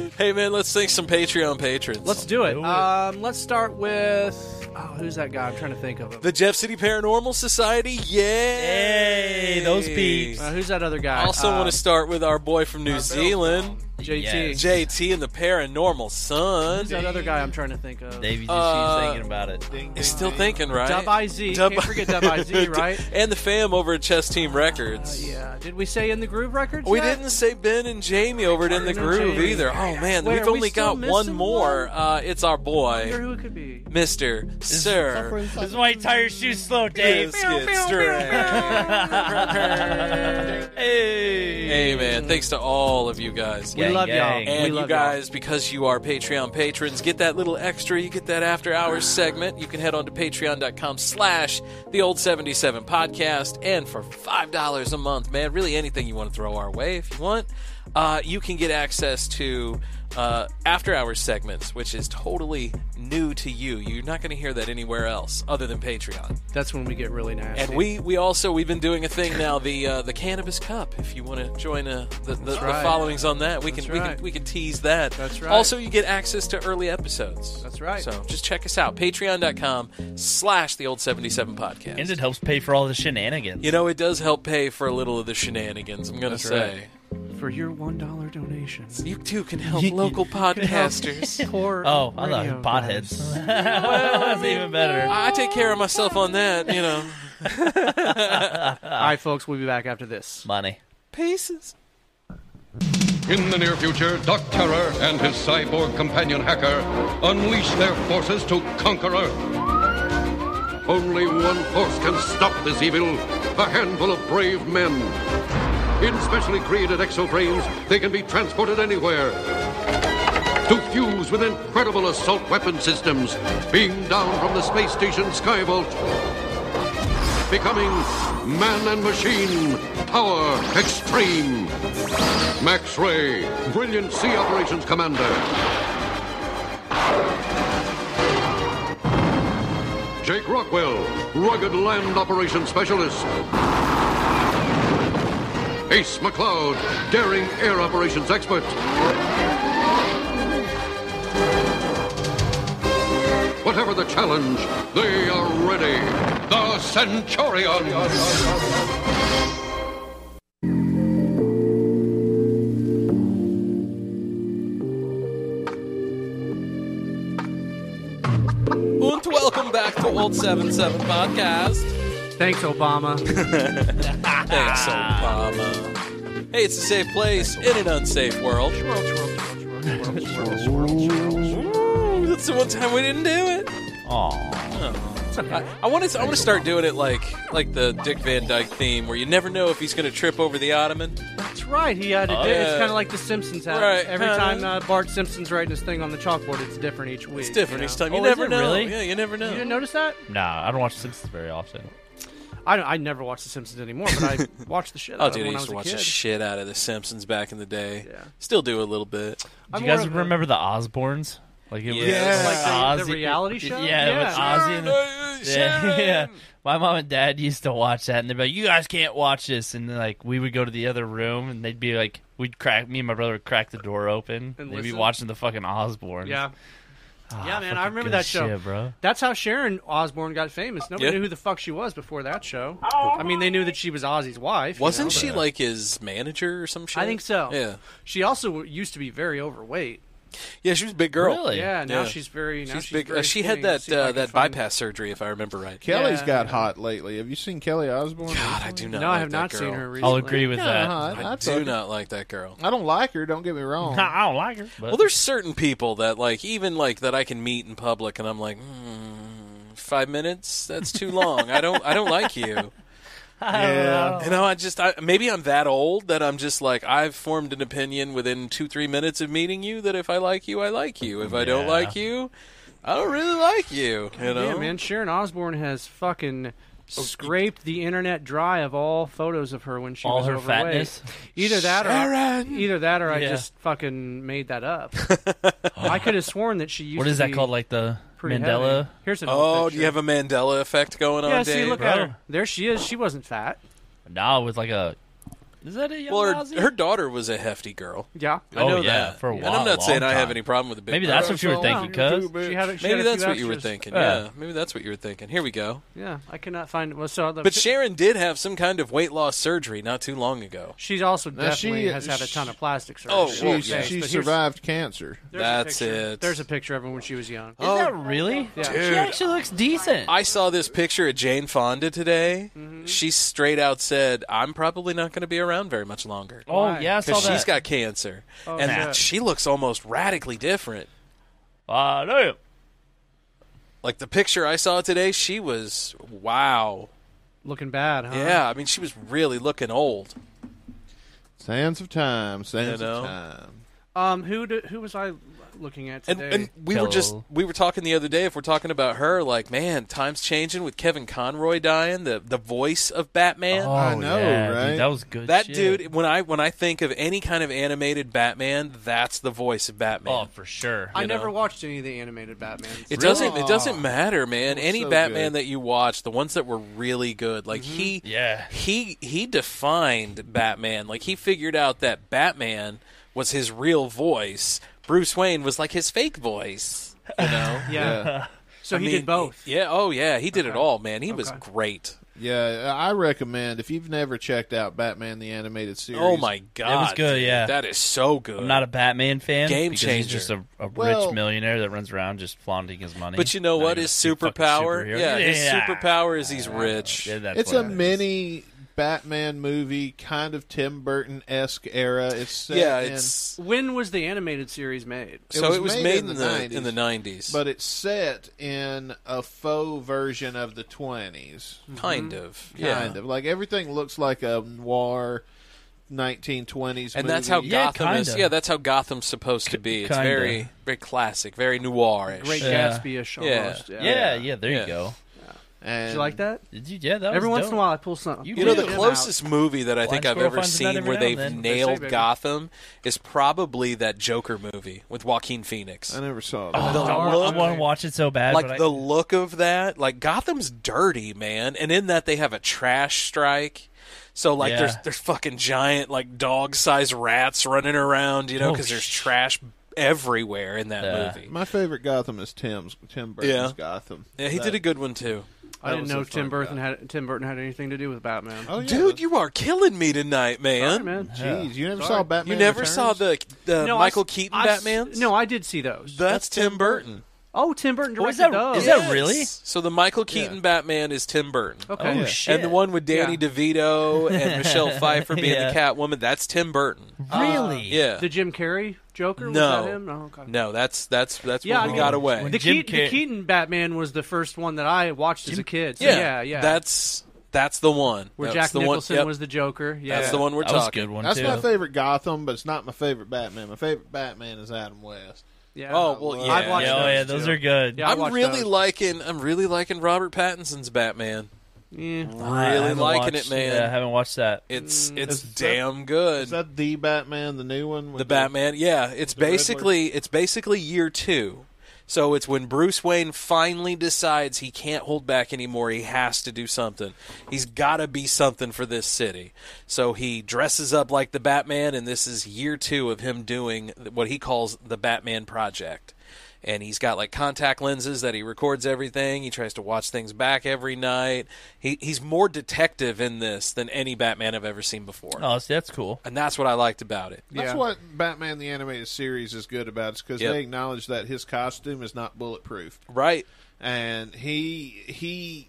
[laughs] [laughs] Hey man, let's thank some Patreon patrons. Let's do it. Do it. Um, let's start with oh, who's that guy? I'm trying to think of him. the Jeff City Paranormal Society. Yay! Hey, those peeps. Uh, who's that other guy? Uh, I also want to start with our boy from New Zealand, to JT. Yes. JT and the Paranormal Sun. Who's that other guy? I'm trying to think of. Davey just Uh, she's thinking about it. He's still thinking, right? Dub IZ. [laughs] Can't forget Dub IZ, right? Uh, and the fam over at Chess Team Records. Yeah. Did we say in the Groove Records? We yet? didn't say Ben and Jamie over it in the Ben and groove Jamie. either. Oh man, Wait, we've are we only still got one missing more. one? Uh, it's our I wonder boy, who it could be. Mister Sir. This is why your tires [laughs] shoes slow, Dave. Biscuit Strand. Hey. Hey man, thanks to all of you guys. We love gang. y'all. we And you love guys, because you are Patreon patrons, get that little extra. You get that after hours segment. You can head on to patreon.com slash the old 77 podcast. And for $5 a month, man, really anything you want to throw our way if you want, uh, you can get access to uh, after hours segments, which is totally new to you. You're not going to hear that anywhere else other than Patreon. y'all. That's when we get really nasty. And we, we also we've been doing a thing now the uh, the cannabis cup. If you want to join uh, the the, the right. followings on that, we can, That's we right. can we can tease that. That's right. Also, you get access to early episodes. That's right. So just check us out. Patreon.com/slash the old seventy seven podcast. And it helps pay for all the shenanigans. you know, it does help pay for a little of the shenanigans. I'm gonna say for your one dollar donation. you too can [laughs] help You- you local podcasters. Poor Oh, I radio love guys. potheads. [laughs] That's even better. I take care of myself on that. You [laughs] know, Ah. All right, folks, we'll be back after this. Money. pieces. In the near future, Doc Terror and his cyborg companion hacker unleash their forces to conquer Earth. Only one force can stop this evil a handful of brave men. In specially created exoframes, they can be transported anywhere to fuse with incredible assault weapon systems beamed down from the space station Sky Vault, becoming Man and Machine Power Extreme. Max Ray, Brilliant Sea Operations Commander. Jake Rockwell, Rugged Land Operations Specialist. Ace McLeod, Daring Air Operations Expert. Whatever the challenge, they are ready. The Centurions. And welcome back to Old 77 Podcast. Thanks, [laughs] Obama. Thanks, Obama. Hey, it's Ah. a safe place in an unsafe world. Ooh, That's the one time we didn't do it. I, I want to. I want to start doing it like like the Dick Van Dyke theme, where you never know if he's going to trip over the ottoman. [laughs] That's right. He had a. Oh, di- It's yeah. kind of like The Simpsons. Had. Right, Every kinda. time uh, Bart Simpson's writing his thing on the chalkboard, it's different each week. It's different you each know? time. You Oh, is never it know. really? Yeah, you never know. You didn't notice that? Nah, I don't watch Simpsons very often. I don't, I never watch The Simpsons anymore, but [laughs] I watched the shit. Oh, out of dude, it I when used to was watch a the kid. shit out of The Simpsons back in the day. Yeah. Still do a little bit. Do I'm you more guys of a- remember the Osbournes? Like it was Yeah. Like the- Ozzy- the reality show? Yeah, Yeah. with Ozzy and the, yeah, [laughs] yeah. My mom and dad used to watch that, and they'd be like, "You guys can't watch this." And then, like we would go to the other room, and they'd be like, "We'd crack me and my brother would crack the door open, And they'd listen? be watching the fucking Osbournes." Yeah. Ah, yeah, man, I fucking remember good that show, shit, bro. That's how Sharon Osbourne got famous. Nobody Yeah. knew who the fuck she was before that show. I mean, they knew that she was Ozzy's wife. you Wasn't know, she but- like his manager or some shit? I think so. Yeah. She also w- used to be very overweight. Yeah, she was a big girl. Really? Yeah. Now Yeah. she's very. Now she's, big. Very uh, she skinny. had Let's that see if I uh, can that find- bypass surgery, if I remember right. Kelly's Yeah. got hot lately. Have you seen Kelly Osbourne? God, I do not. No, like I have that not girl. seen her. Recently. Uh-huh. I'll agree with Yeah, that. huh, I, I I do fuck- not like that girl. I don't like her. Don't get me wrong. [laughs] I don't like her. But Well, there's certain people that like even like that I can meet in public, and I'm like, mm, five minutes? That's too long. I don't. I don't like [laughs] you. yeah. You know, I just I, maybe I'm that old that I'm just like I've formed an opinion within two three minutes of meeting you that if I like you, I like you. If I don't Yeah. like you, I don't really like you. You know, Oh, Yeah, man. Sharon Osbourne has fucking scraped the internet dry of all photos of her when she all was her overweight. fatness. Either that, or Sharon! either that, or I Yeah. just fucking made that [laughs] up. I could have sworn that she used. What to is that be called? Like the pretty Mandela. heavy. Here's an. old Oh, do you picture. have a Mandela effect going Yeah, on, see, Dave? look at her. There she is. She wasn't fat. Nah, with like a. Is that a young well, Ozzy? her, her daughter was a hefty girl. Yeah. I Oh, know yeah, that for a And while, I'm not saying long I have time. any problem with the big. Maybe girl. that's what you were thinking, cuz. She had a, she had Maybe a that's few what you were extras. thinking. Yeah. Yeah. maybe that's what you were thinking. Here we go. Yeah, I cannot find. Well, so the, But Sharon did have some kind of weight loss surgery not too long ago. she's also definitely she- has had a ton of plastic surgery. Oh, She, well, Yes, she but here's- survived cancer. there's a That's picture. it. There's a picture of her when she was young. Is that really? oh. Yeah. She actually looks decent. I saw this picture of Jane Fonda today. Mm-hmm. She straight out said, "I'm probably not going to be around very much longer oh yeah, I saw because that. she's got cancer." and yeah. she looks almost radically different. Ah, no. Like the picture I saw today, she was wow. Looking bad, huh? Yeah, I mean, she was really looking old. Sands of time. Sands You know? of time. Um, who do, who was I looking at And, today? and we were just Hello. we were talking the other day. If we're talking about her, like man, times changing with Kevin Conroy dying, the the voice of Batman. Oh, I know, yeah, dude, right? that was good. that shit. dude, when I when I think of any kind of animated Batman, that's the voice of Batman. Oh, for sure. I you never know. watched any of the animated Batman. It doesn't. It doesn't matter, man. Any so Batman good. that you watch, the ones that were really good, like he, Mm-hmm. Yeah. he, he defined Batman. Like he figured out that Batman was his real voice. Bruce Wayne was like his fake voice. You know? yeah. So I he mean, did both. Yeah. Oh, yeah. He did it all, man. He was Okay. great. Yeah, I recommend if you've never checked out Batman the animated series. Oh my god, good, dude. yeah. That is so good. I'm not a Batman fan. Game because He's changer. just a, a rich Well- millionaire that runs around just flaunting his money. But you know Not what? even His a fucking superpower. superhero. Yeah, his Yeah. superpower is he's rich. Yeah, that's It's what a it is. mini Batman movie, kind of Tim Burton esque era. It's set Yeah, in- it's When was the animated series made? so it was made in the in 90s, the nineties, but it's set in a faux version of the twenties. mm-hmm. kind of, yeah. kind of like everything looks like a noir 1920s. And that's how movie. Gotham is. Yeah, that's how Gotham's supposed to be. It's kinda. very, very classic, very noir. Great Gatsby-ish almost, yeah. Yeah, yeah, there you go. Did you like that? Did you? Yeah, that Every was once dope. in a while, I pull something. You know, the closest movie that I think I've ever seen where they've nailed Gotham is probably that Joker movie with Joaquin Phoenix. I never saw Oh, I want to watch it so bad. like but I- the look of that, like Gotham's dirty, man. And in that, they have a trash strike. So like Yeah. there's there's fucking giant like dog sized rats running around, you know, Oh, because there's trash everywhere in that movie. My favorite Gotham is Tim's Tim Burton's Yeah. Gotham. Yeah, he That- did a good one too. I That didn't was a know fun Tim Burton had Tim Burton had anything to do with Batman. Oh, yeah. Dude, you are killing me tonight, man. Sorry, man. Jeez, you never Sorry. saw Batman You never Returns? saw the the No, I Michael s- Keaton I s- Batman? No, I did see those. That's Tim Burton. Oh, Tim Burton Oh, is directed that- those. is that really? So the Michael Keaton Batman is Tim Burton. Okay. Oh, Yeah. And the one with Danny DeVito [laughs] and Michelle Pfeiffer being Yeah. the Catwoman, that's Tim Burton. Really? uh, yeah. The Jim Carrey Joker? no. Was that him? No. Okay. No, that's that's that's yeah, when we got away. The, Keat- the Keaton Batman was the first one that I watched as a kid. So yeah, yeah, yeah, That's that's the one. Where That's Jack the Nicholson one, yep. was the Joker. Yeah, That's the one we're talking. That's my favorite Gotham, but it's not my favorite Batman. My favorite Batman is Adam West. Yeah. Oh well, yeah. I've watched Yeah, oh, those, yeah, those too. are good. Yeah, I I'm watched really those. liking. I'm really liking Robert Pattinson's Batman. I Really haven't liking watched- it, man. yeah, I haven't watched that. It's Mm. it's Is that- damn good. Is that the Batman, the new one? with the Batman. Yeah, it's the Riddler? basically it's basically year two. So it's when Bruce Wayne finally decides he can't hold back anymore. He has to do something. He's got to be something for this city. So he dresses up like the Batman, and this is year two of him doing what he calls the Batman Project. And he's got like contact lenses that he records everything. He tries to watch things back every night. He, he's more detective in this than any Batman I've ever seen before. Oh, see, that's cool. And that's what I liked about it. That's what Batman the animated series is good about. Is because Yep. they acknowledge that his costume is not bulletproof, right? And he he,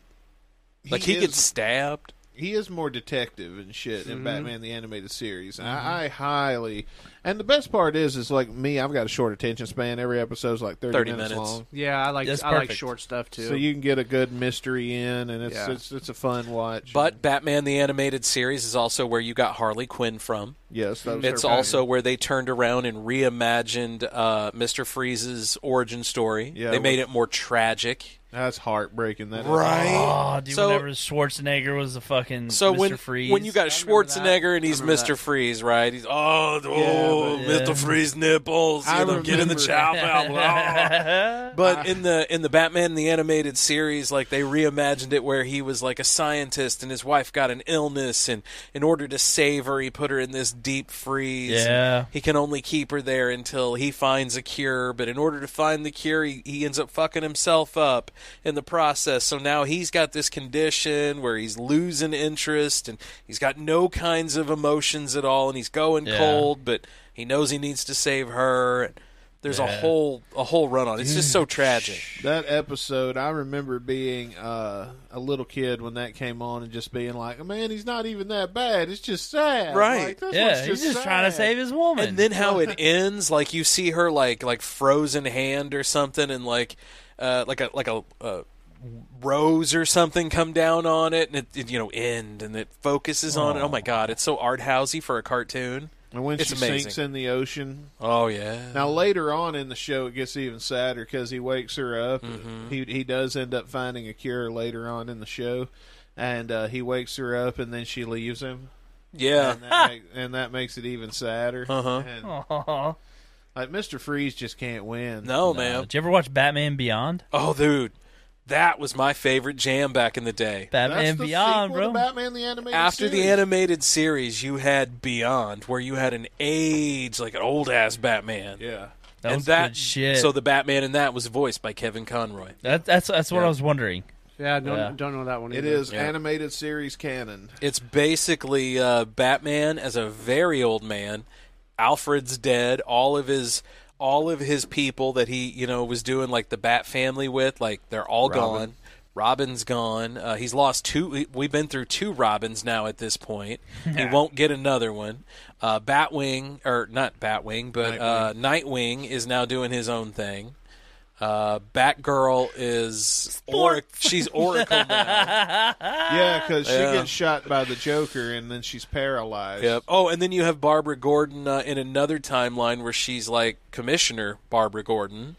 Like, he gets stabbed. He is more detective and shit in Mhm. Batman the animated series. And I, Mhm. I highly and the best part is is like me. I've got a short attention span. Every episode's like thirty, 30 minutes, minutes. long. Yeah, I like That's I like perfect. short stuff too. So you can get a good mystery in, and it's Yeah. it's, it's a fun watch. But Batman the Animated Series is also where you got Harley Quinn from. Yes, that was it's her also where they turned around and reimagined uh, Mister Freeze's origin story. Yeah, they it made was- it more tragic. That's heartbreaking. That is. right. Oh, dude, so whenever Schwarzenegger was the fucking so Mr. when Freeze. when you got Schwarzenegger and he's remember Mister Freeze, right? He's oh, oh but- Mister Yeah. Freeze nipples. You I know, getting the remember. chow [laughs] out. Ah. But in the in the Batman the animated series, like they reimagined it where he was like a scientist and his wife got an illness, and in order to save her, he put her in this deep freeze. and Yeah. he can only keep her there until he finds a cure. But in order to find the cure, he, he ends up fucking himself up in the process. So now he's got this condition where he's losing interest and he's got no kinds of emotions at all, and he's going Yeah. cold. But he knows he needs to save her. And there's a Yeah. whole a whole run on. it. It's just so tragic. That episode, I remember being uh, a little kid when that came on and just being like, "Man, he's not even that bad. It's just sad, Like, this one's sad." woman. [laughs] And then how it ends, like you see her like like frozen hand or something, and like uh, like a like a. Uh, rose or something come down on it and it, it, you know end and it focuses on it oh my god it's so art housey for a cartoon And when it's she amazing sinks in the ocean. oh yeah Now later on in the show, it gets even sadder because he wakes her up. Mm-hmm. He he does end up finding a cure later on in the show, and uh, he wakes her up, and then she leaves him. Yeah. and that, make, and that makes it even sadder. Uh-huh. And, Aw. like Mister Freeze just can't win. No, man. Did you ever watch Batman Beyond? oh dude that was my favorite jam back in the day Batman That's the Beyond, sequel to bro. Batman the animated after the series. animated series you had beyond where you had an age like an old ass batman yeah That and was that good shit. so the batman in that was voiced by kevin conroy That, that's that's what Yeah. I was wondering. yeah, don't Yeah. don't know that one. It either. is animated series canon. It's basically uh, Batman as a very old man. Alfred's dead. All of his all of his people that he you know was doing like the Bat family with, like they're all Robin. gone. Robin's gone. Uh, he's lost two. we- We've been through two Robins now at this point. he won't get another one. Uh, Batwing, or not Batwing, but Nightwing. Uh, Nightwing is now doing his own thing. Uh, Batgirl is or she's Oracle now. yeah, because Yeah. she gets shot by the Joker and then she's paralyzed. Yep. Oh, and then you have Barbara Gordon uh, in another timeline where she's like Commissioner Barbara Gordon.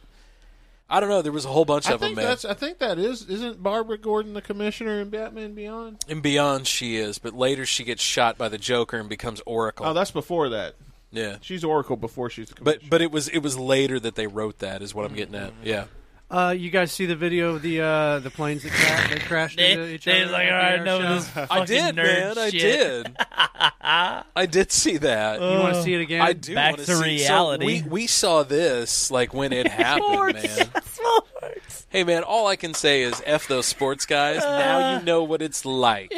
I don't know. There was a whole bunch I of them, think man. that's. I think that is. Isn't Barbara Gordon the commissioner in Batman Beyond? And beyond, she is. But later, she gets shot by the Joker and becomes Oracle. Oh, that's before that. yeah. She's Oracle before she's. The But but it was it was later that they wrote that is what I'm getting at. Yeah. Uh, you guys see the video of the uh, the planes that cra- that crashed They- into each they other? like, at the "All right, air no, show?" this [laughs] I did, man. I did. I did see that. Oh, You wanna see it again? Uh, I do. Back wanna to see- so reality. we we saw this like when [laughs] it happened, man. Hey, man. All I can say is f those sports guys. Uh. now you know what it's [laughs] like.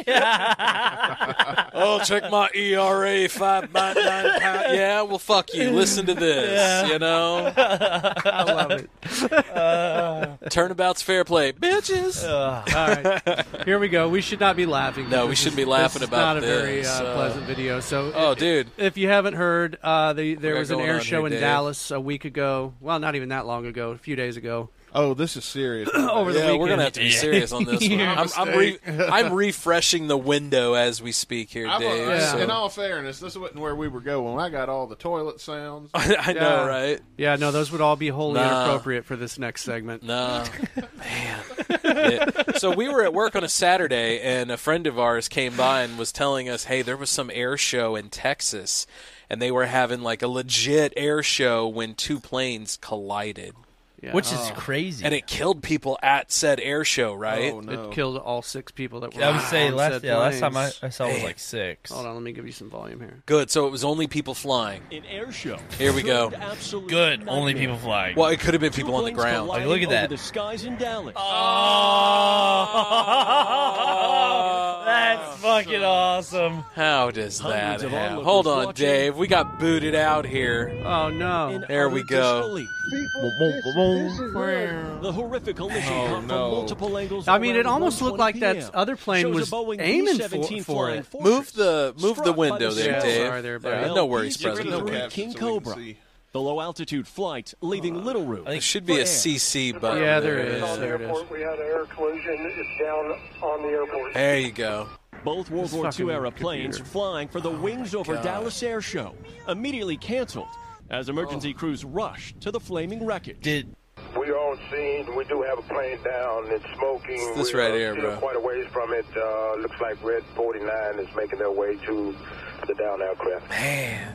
oh, check my ERA five nine nine. Pound. Yeah, well, fuck you. Listen to this. You know, I love it. turnabout's fair play, bitches. All [laughs] right, here we go. We should not be laughing. No, This we shouldn't be is- laughing this is about not a very this, uh, uh, pleasant video. So, oh, if- dude. if you haven't heard, uh, the, there got was an going air on show here, in Dave? Dallas a week ago. Well, not even that long ago, a few days ago. Oh, this is serious. Over the yeah, we're gonna weekend. have to be serious on this one. I'm, I'm, re- I'm refreshing the window as we speak here, I've- Dave. I- so- In all fairness, this wasn't where we were going. I got all the toilet sounds. [laughs] I, know, Yeah. right? Yeah, no, those would all be wholly Nah. inappropriate for this next segment. No, man. Yeah. So we were at work on a Saturday, and a friend of ours came by and was telling us, "Hey, there was some air show in Texas, and they were having like a legit air show when two planes collided, Yeah. Which is crazy. Oh. and it killed people at said air show, right?" Oh, uh, it no. killed all six people that were. I would say on last said yeah, last time I, planes. I saw was like six. Hold on, let me give you some volume here. Good. So it was only people flying. An air show. Here we go. Turned absolute Good. Only nightmare. people flying. Well, it could have been people on the Planes ground. colliding Like, look at over that. The skies in Dallas. Oh, [laughs] that's fucking awesome. How does that Hundreds of happen? onlookers Hold on, watching. Dave. We got booted out here. Oh no! In There we utter go. disbelief. The horrific collision Oh, caught no. from multiple angles. I mean, it around almost looked 1:20 like that PM. other plane Shows a was Boeing aiming for- B-17 for flying it. Fortress. Move the- move the Struck by window there, Yeah, Dave. sorry there, Yeah, buddy. no worries, LP-63 President. No caps, King so we can Cobra. see. The low altitude flight leaving little room. There should be a CC button. Yeah, there is. There it is. airport. We had an air collision. It's down on the airport. There you go. Both World This War fucking II era planes computer. flying for the Wings Over Oh God. Dallas Air Show immediately canceled as Oh. emergency crews rushed to the flaming wreckage. Did [laughs] We all seen. We do have a plane down. It's smoking. It's this We're right here, still bro. Quite a ways from it. Uh, looks like Red 49 is making their way to the down aircraft.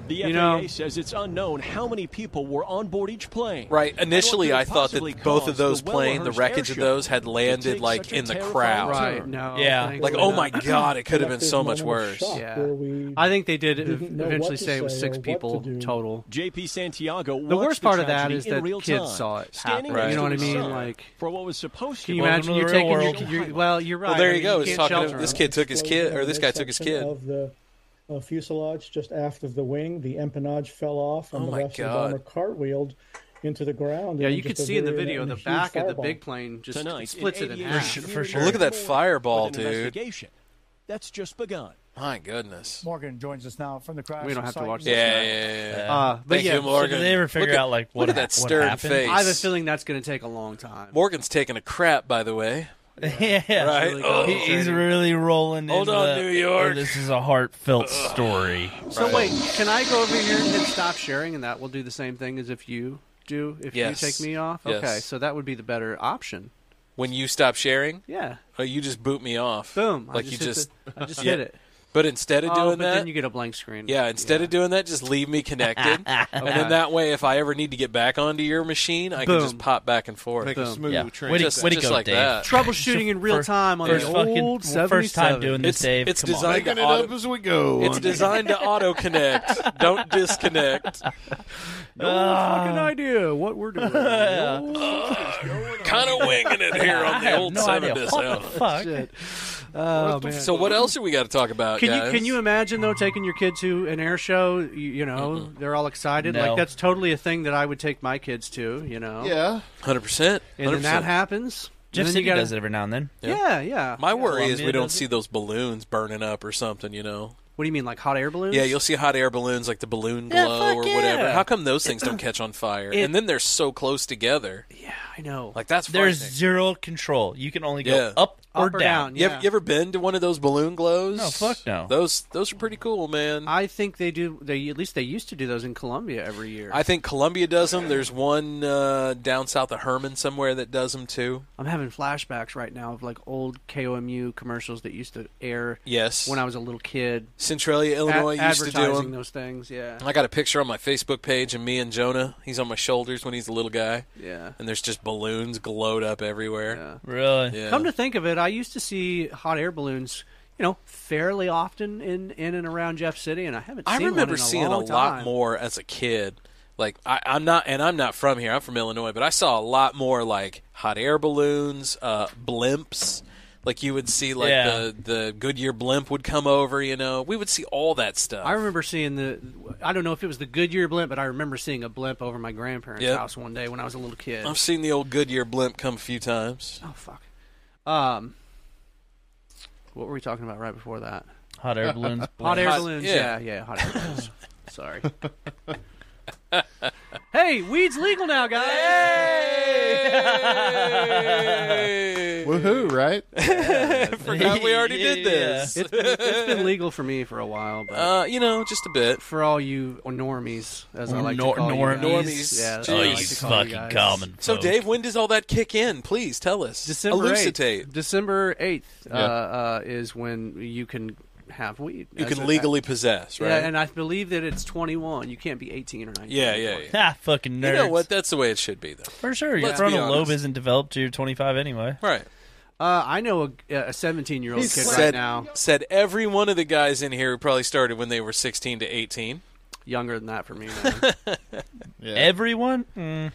the You FAA know- says it's unknown how many people were on board each plane. Right. and what Initially, could I thought possibly that both of cause those the plane, the well-rehearsed wreckage of air those, show had to landed take like such a in the terrifying crowd. Right? turn? No. Yeah. thankfully Like, oh not. my god, it could have been so much worse. Yeah. I think they did ev- eventually say it was six people total. JP Santiago. The watched worst part the of that tragedy is in that real kids time, saw it standing next Right. happen, you know to what I his mean? son Like- for what was supposed to Can be you Welcome imagine to the you're real taking your, world. your- well, you're right. Well, there I you mean, go. He's can't talking. shelter to- This them. kid took his kid, or this guy took his kid. Of the uh, fuselage just aft of the wing, the empennage fell off and Oh the my Russian God. bomber cartwheeled into the ground. Yeah, and you just could see in the reared video and the a huge back of the fireball. big plane just tonight. splits it in aviation half. For theory sure. Look at that more fireball, with an dude. investigation That's just begun. My goodness. Morgan joins us now from the crash. We don't have to watch Yeah, this. yeah, yeah. yeah. Uh, but Thank yeah, you, Morgan. so did they ever figure Look at- out, like, what look at that hap- what stern happened? face? I have a feeling that's going to take a long time. Morgan's taking a crap, by the way. yeah, Right. really Oh. He- he's really rolling. Hold into on, the- oh, New York. This is a heartfelt story. So wait, can I go over here and hit stop sharing, and that will do the same thing as if you do if Yes. you take me off? Yes. Okay, so that would be the better option. When you stop sharing, Yeah, oh, you just boot me off. boom! Like I you just just. hit the- [laughs] I just Yeah. hit it. But instead of oh, doing but that, then you get a blank screen. Yeah, instead of doing that, just leave me [laughs] connected. And then that way, if I ever need to get back onto your machine, I can Boom. just pop back and forth. Make a Boom. smooth Yeah. transition. Way just to- way to just go, like Dave. that. troubleshoot troubleshooting in real First- time on first the fucking- old first time 77. doing this, It's, Dave. it's Come on. designed Making to it auto. up as we go. It's designed to auto [laughs] connect. Don't disconnect. No fucking idea what [laughs] we're doing. Oh, Kind of winging it here on I the have old no seven idea. disc What the out. fuck? shit. Oh, man. So what else do we got to talk about? Can you guys? can you imagine though taking your kid to an air show? You, you know they're all excited. No. Like that's totally a thing that I would take my kids to. You know, yeah. Hundred percent. And Hundred then that percent. happens. Jeff and then City you gotta, does it every now and then. Yeah, yeah. My worry is Columbia we don't does it. see those balloons burning up or something. You know. what do you mean, like hot air balloons? Yeah, you'll see hot air balloons like the balloon glow fuck or whatever. yeah. [clears throat] How come those things don't catch on fire? It- and then they're so close together. Yeah, I know. Like that's There's frightening. zero control. You can only go Yeah. up or, You, ever, you ever been to one of those balloon glows? No, fuck no. Those those are pretty cool, man. I think they do. They at least they used to do those in Colombia every year. I think Columbia does them. There's one uh, down south of Herman somewhere that does them too. I'm having flashbacks right now of like old KOMU commercials that used to air. Yes. when I was a little kid, Centralia, Illinois Ad- used to do 'em. advertising those things. Yeah, I got a picture on my Facebook page of me and Jonah. He's on my shoulders when he's a little guy. Yeah. And there's just balloons glowed up everywhere. Really? Yeah. Come to think of it, I used to see hot air balloons, you know, fairly often in in and around Jeff City, and I haven't. I seen remember one in a seeing long a lot time. more as a kid. Like I, I'm not, and I'm not from here. I'm from Illinois, but I saw a lot more like hot air balloons, uh, blimps. Like you would see, like Yeah. the the Goodyear blimp would come over. You know, we would see all that stuff. I remember seeing the. I don't know if it was the Goodyear blimp, but I remember seeing a blimp over my grandparents' Yep. house one day when I was a little kid. I've seen the old Goodyear blimp come a few times. Oh fuck. Um, what were we talking about right before that? Hot air balloons, [laughs] hot air blimps. balloons. Hot- Yeah, yeah. yeah, hot air [laughs] balloons. Sorry. hey, weed's legal now, guys. [laughs] Woohoo, right? Forgot we already did this. It's been, it's been legal for me for a while, but Uh, you know, just a bit for all you normies, as I like Nor- to call normies. you guys. Normies. Yeah, that's Oh, what I you like to call fucking guys. common So, Dave, when does all that kick in? Please tell us. Oh. December Elucidate. 8th, December 8th uh, Yeah. uh, is when you can have You weed. That's can it. legally possess, right? Yeah, and I believe that it's 21. You can't be 18 or 19. Yeah, yeah, yeah. [laughs] Ah, fucking nerds. You know what? That's the way it should be, though. For sure, your Let's be frontal lobe honest. isn't developed till you're 25 anyway. Right. Uh, I know a 17 year old kid right said, now, said every one of the guys in here who probably started when they were 16 to 18. younger than that for me. Man. Everyone? Mm,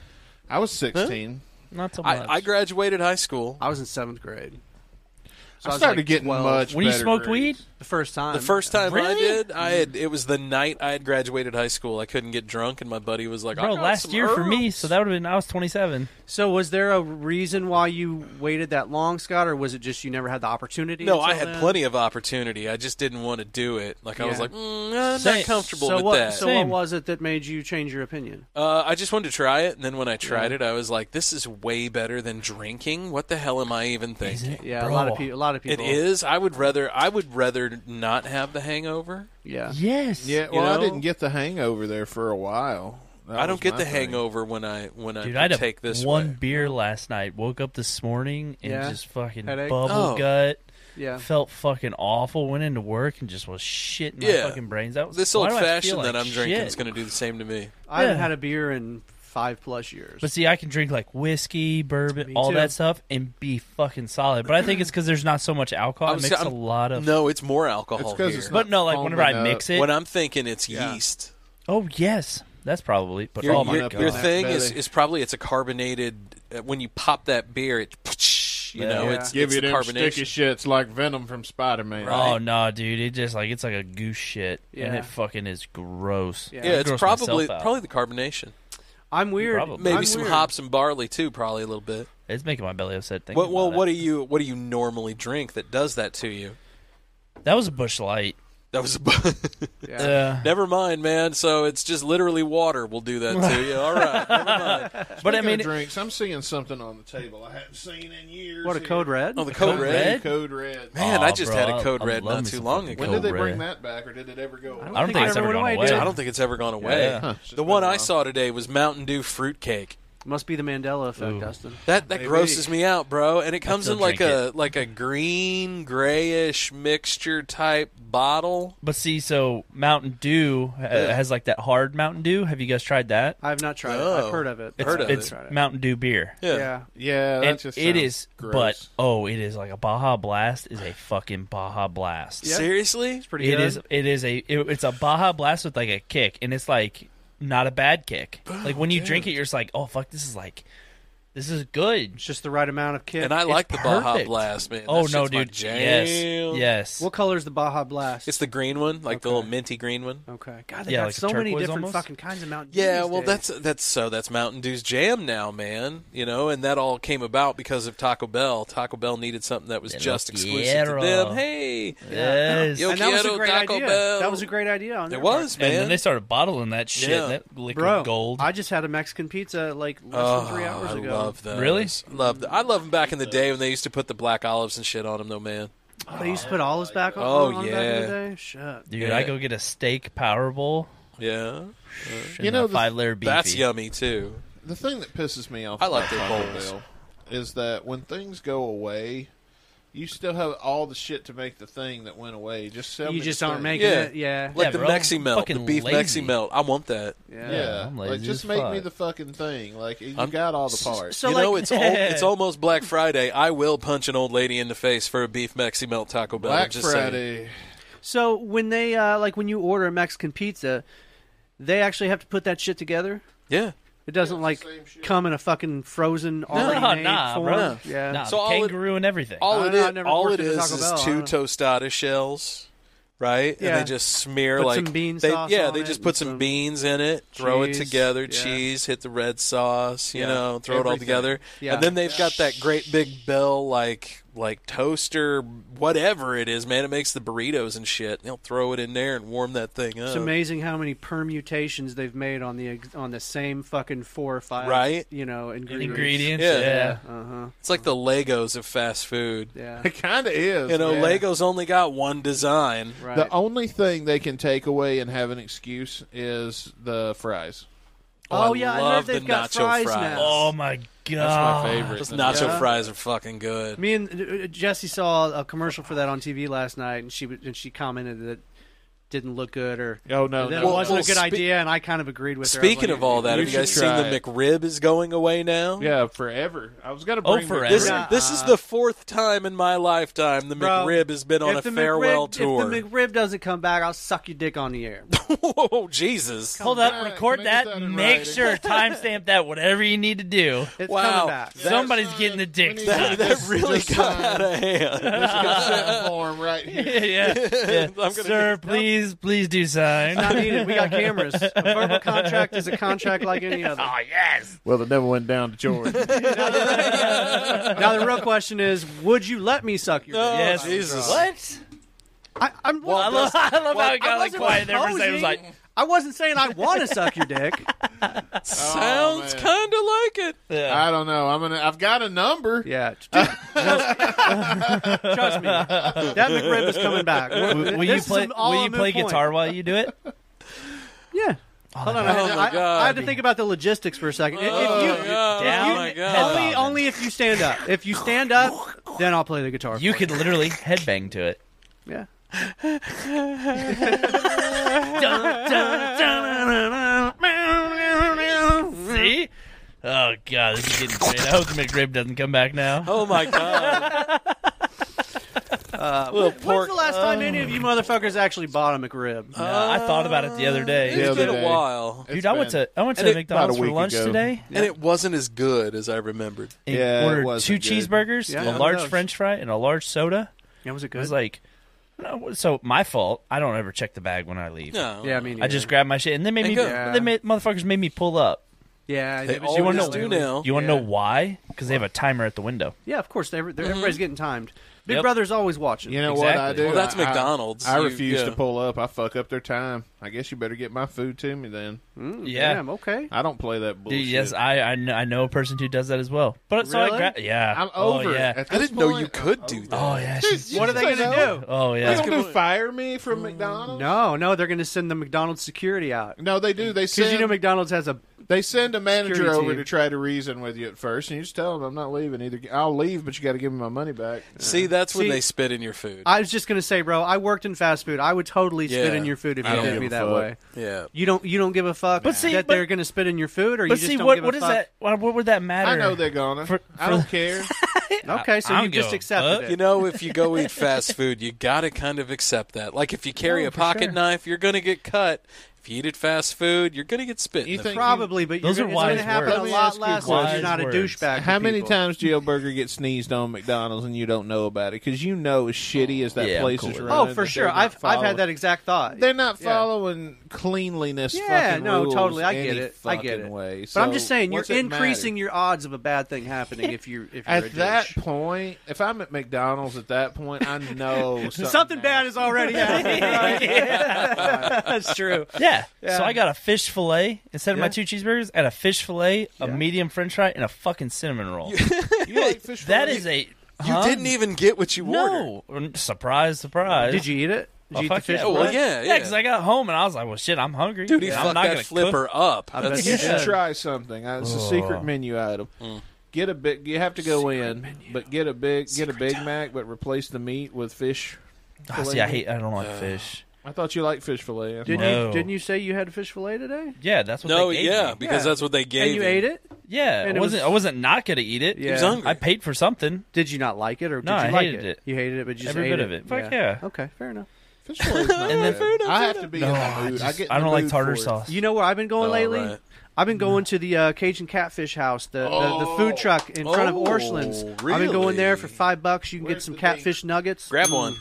I was 16. Not so much. I, I graduated high school. I was in seventh grade. So I was started like getting 12. much When you better smoked grades. weed? The first time. The first time I Really? did, I had it was the night I had graduated high school. I couldn't get drunk, and my buddy was like, Bro, "I got last some year for me, herbs." so that would have been, I was 27. So was there a reason why you waited that long, Scott, or was it just you never had the opportunity? No, I until had then? plenty of opportunity. I just didn't want to do it. Like I was Yeah. like, mm, I'm Same. not comfortable So with what? that. So what was it that made you change your opinion? Uh, I just wanted to try it, and then when I tried it, I was like, "This is way better than drinking. What the hell am I even thinking?" Yeah, a lot of people. A lot of It people. is. I would rather. I would rather not have the hangover. Yeah. Yes. Yeah, You well, I know? didn't get the hangover there for a while. That I don't was get my the thing. hangover when I when Dude, I I had a- take this one way. beer last night. Woke up this morning and Yeah. just fucking Headache? bubble Oh. gut. Yeah. Felt fucking awful. Went into work and just was shitting my Yeah. fucking brains out. This Why old do I feel fashioned like that I'm drinking shit? is going to do the same to me. I haven't Yeah. had a beer in five plus years. But see, I can drink like whiskey, bourbon, Me all too. that stuff, and be fucking solid. But I think it's because there's not so much alcohol. I It was- makes a I'm- lot of. No, it's more alcohol It's 'cause here. it's but no, like foaming whenever I up. mix it. when I'm thinking it's yeast. oh yes, that's probably. But Your, oh my your, god, your thing is, Belly. is probably it's a carbonated. Uh, when you pop that beer, it you know Yeah. it's Give it's you the them sticky carbonation. shits like Venom from Spider Man. Oh no, dude! It just like it's like a goose shit, and Yeah. it fucking is gross. Yeah. I yeah, it's gross myself probably out. probably the carbonation. I'm weird. Probably. Maybe I'm some weird. hops and barley too, probably a little bit. It's making my belly upset. Thinking What, well, about what it. do you what do you normally drink that does that to you? That was a bush light. That was a bu- [laughs] Yeah. Uh, never mind, man. So it's just literally water will do that to you. All right, never mind. but I mean, it- drinks. I'm seeing something on the table I haven't seen in years. What a here. code red. Oh, the code, Code red. Red? Code red. Man, Aw, I just bro, had a code I- I red love not me too some long fucking ago. When Code did they Red. bring that back, or did it ever go? I don't think it's I ever remember gone when I away. did. I don't think it's ever gone away. Yeah. Huh. The one I saw today was Mountain Dew fruitcake. Must be the Mandela effect, Dustin. That that Maybe. grosses me out, bro. And it comes still in like drink a like a green grayish mixture type bottle. But see, so Mountain Dew uh, has like that hard Mountain Dew. Have you guys tried that? I have not tried it. I've No. heard of it. It's, Heard of it. it's Mountain Dew beer. Yeah. Yeah. Yeah, that And just it sounds is, gross. but oh, it is like a Baja Blast is a fucking Baja Blast. Yeah. Seriously? It's pretty It good. is. It is a. it- it's a Baja Blast with like a kick, and it's like not a bad kick. Like when you drink it, you're just like, oh fuck, this is like, this is good. It's just the right amount of kick. And I like the Baja perfect. Blast, man. oh That no, shit's my dude. Jam. Yes. Yes. What color is the Baja Blast? It's the green one, like the Okay. little minty green one. okay. God, they Yeah, got like a so many turquoise different almost? fucking kinds of Mountain Dew Yeah, these well, days. that's that's so that's Mountain Dew's jam now, man. You know, and that all came about because of Taco Bell. Taco Bell needed something that was Del just exclusive Quiero. to them. Hey, Yes. Yo, and that was a Quiero great Taco idea. Bell. That was a great idea. On It their was, And man. then they started bottling that shit. Yeah. That liquid part. bro. gold. I just had a Mexican pizza like less Oh, than three hours I ago. love those. Really? Love. The, I love them back in the day when they used to put the black olives and shit on them, though, man. Oh, they used to put olives back on. Oh, on Back in yeah. the day? Shit. Dude, I go get a steak power bowl. Yeah. You know, five layer beefy. That's yummy too. The thing that pisses me off I like about their Taco bowls. Bell is that when things go away, you still have all the shit to make the thing that went away. Just sell You me the just aren't thing. making Yeah. it, yeah. Like Yeah, the bro, Mexi I'm melt, the fucking beef lazy. Mexi melt. I want that. Yeah, like just make me the fucking thing. Like you got all the parts. you know, it's [laughs] al- it's almost Black Friday. I will punch an old lady in the face for a beef Mexi melt Taco Bell. I'm Black just saying. Friday. [laughs] So when they uh, like when you order a Mexican pizza, they actually have to put that shit together. Yeah. It doesn't like come in a fucking frozen already made form. Yeah. Nah, kangaroo and everything. All I it don't know, I is, never all worked it at a is, Taco is Bell, I two don't tostada shells, right? Yeah. And they just smear Put like some bean they, sauce yeah, on they it just and put some, some beans in it, throw it cheese, together, yeah. cheese, hit the red sauce, you Yeah, know, throw it all everything. together, Yeah. and then they've got that great big bell like like toaster, whatever it is, man. It makes the burritos and shit. They'll throw it in there and warm that thing up. It's amazing how many permutations they've made on the ex- on the same fucking four or five, Right? You know, ingredients. Uh huh. It's like the Legos of fast food. [laughs] Yeah. It kind of is. You know, man. Legos only got one design. The only thing they can take away and have an excuse is the fries. Oh, Oh, I yeah, I heard love they've the got nacho fries fries. now. Oh, my Ah, That's my favorite. Those nacho Yeah. fries are fucking good. Me and uh, Jesse saw a commercial for that on TV last night, and she w- and she commented that it didn't look good or oh no, that no. it wasn't Well, a good spe- idea, and I kind of agreed with her. I was Speaking like, of all that, "You have you guys should seen try the it." McRib is going away now? Yeah, forever. I was gonna Oh, bring forever. McRib. This, this is the fourth time in my lifetime the Bro, McRib has been on if a the farewell McRib, tour. If the McRib doesn't come back, I'll suck your dick on the air. [laughs] Whoa, Jesus! Hold up, record that. Make sure timestamp that. Whatever you need to do. It's Wow, coming back. that's Somebody's getting the dick sucked. that really got uh, out of [laughs] hand. This is consent form right here. yeah, yeah. [laughs] [laughs] yeah. I'm gonna Sir, please, please do sign. It's not needed. We got cameras. A verbal contract is a contract like any other. Oh yes. Well, it never went down to George. Now the real question is, would you let me suck your? dick? yes. oh, Jesus. What? I, I'm. Well, I love, I love how well, he got like wasn't quiet there for a second. It was proposing. like, I wasn't saying I want to suck your dick. Sounds Oh, man. kind of like it. yeah. I don't know. I'm gonna. I've got a number. [laughs] Yeah. Trust me, that McRib is coming back. We're- Will, will you this is play? all Will a you moot play point. guitar while you do it? Yeah. Hold on, I, Oh, had- my I- God. I had to think about the logistics for a second. If- if you, Oh, down, my God. headbang. only, only if you stand up. If you stand up, then I'll play the guitar. You for could literally headbang to it. you. yeah. See? Oh god, this is getting great. I hope the McRib doesn't come back now. Oh my God! Little When's pork. the last time any of you motherfuckers actually bought a McRib? No, Uh, I thought about it the other day. Yeah. It's other been a day. while, Dude, It's I been- went to I went to And it- McDonald's about a for week lunch ago. today and it wasn't as good as I remembered. and Yeah, it ordered two wasn't good. cheeseburgers, Yeah, a how large those? French fry, and a large soda. Yeah, was it It good? was like, no, so my fault. I don't ever check the bag when I leave. No, yeah, I mean, I just grabbed my shit, and they made And me. good. They made motherfuckers made me pull up. yeah. They it was- always you wanna do lately. now. You want to Yeah. know why? Because they have a timer at the window. Yeah, of course. They're, they're, Everybody's getting timed. Big Yep. Brother's always watching. You know what I Exactly. do? Well, that's I- I- McDonald's. I, You- refuse yeah. to pull up. I fuck up their time. I guess you better get my food to me then. Yeah. Damn, okay. I don't play that Dude, bullshit. yes, I I know, I know a person who does that as well. But so I Really? gra- yeah, I'm oh, over. it. yeah. At I this didn't know [laughs] point, you I'm could over do it. that. Oh yeah, she's- What are they Just gonna say no. do? oh They yeah. don't do fire me from McDonald's. No, no, they're going to send the McDonald's security out. No, they do. They Because send you know McDonald's has a. they send a manager Security over team. to try to reason with you at first, and you just tell them I'm not leaving either. I'll leave, but you got to give me my money back. See, that's when See- they spit in your food. I was just going to say, bro, I worked in fast food. I would totally spit Yeah. in your food if I you don't did give me a that fuck. way. yeah. You don't. You don't give a fuck But see, that but- they're going to spit in your food, or you But just see, don't what give a what is fuck? that? What, what would that matter? I know they're gonna. For- I don't care. Okay, so I don't you give just a fuck. accepted You it. know, if you go eat fast food, you got to kind of accept that. Like if you carry No, a for pocket sure. knife, you're going to get cut. If you eat at fast food, you're going to get spit. in You the think- Probably, but Those you're, are it's wise going to happen words. a Let me lot ask you less if you're wise not a words. douchebag. [laughs] to How many people. times Jill Burger gets sneezed on McDonald's and you don't know about it because you know as shitty as that Yeah, of place course. is. Oh, Running, Oh, that they're for sure. not I've I've following- had that exact thought. They're not Yeah. following cleanliness. Yeah, fucking no, rules totally. I get any it. I get fucking it. Way. but I'm just So saying, you're what's it matter? increasing your odds of a bad thing happening if you're if you're a At that douche. point, if I'm at McDonald's at that [laughs] point, I know something, [laughs] Something bad is already happening. right? Yeah. That's true. Yeah, Yeah. So I got a fish fillet instead of my Yeah. two cheeseburgers. I had a fish fillet, a medium French fry, and a fucking cinnamon roll. You like [laughs] fish that fillet? is a. You huh? didn't even get what you no. ordered. Surprise, surprise. Did you eat it? Did Oh, you eat fuck the fish yeah. fillet? Well, yeah, Yeah, yeah. 'cause Because I got home and I was like, well, shit, I'm hungry. Dude, he Yeah, fucked I'm not that gonna flipper cook. up. I bet you [laughs] should try something. Uh, It's a Oh. secret menu item. Mm. Get a big. You have to go in, but get a big. get a Big Mac, but replace the meat with fish. Ah, see, I hate. I don't like fish. I thought you liked fish fillet. Didn't No. you didn't you say you had fish fillet today? Yeah, that's what. No, they gave yeah, me. because that's what they gave And you him. ate it? Yeah, I And it was- wasn't. I wasn't not gonna eat it. He was hungry. I paid for something. Did you not like it, or no, did you I like hated it? it? You hated it, but you just every ate bit it. of it. Fuck Yeah. yeah. Okay, fair enough. Fish fillet. [laughs] And then- I have to be in No, the I mood. Oh, I, just- get in I the don't like mood tartar for it. sauce. You know where I've been going Oh, lately? right. I've been going to the uh, Cajun Catfish House, the, the, the food truck in front of Mm. Oh, Orchlands. I've been going there for five bucks. You can get some catfish nuggets. Grab one.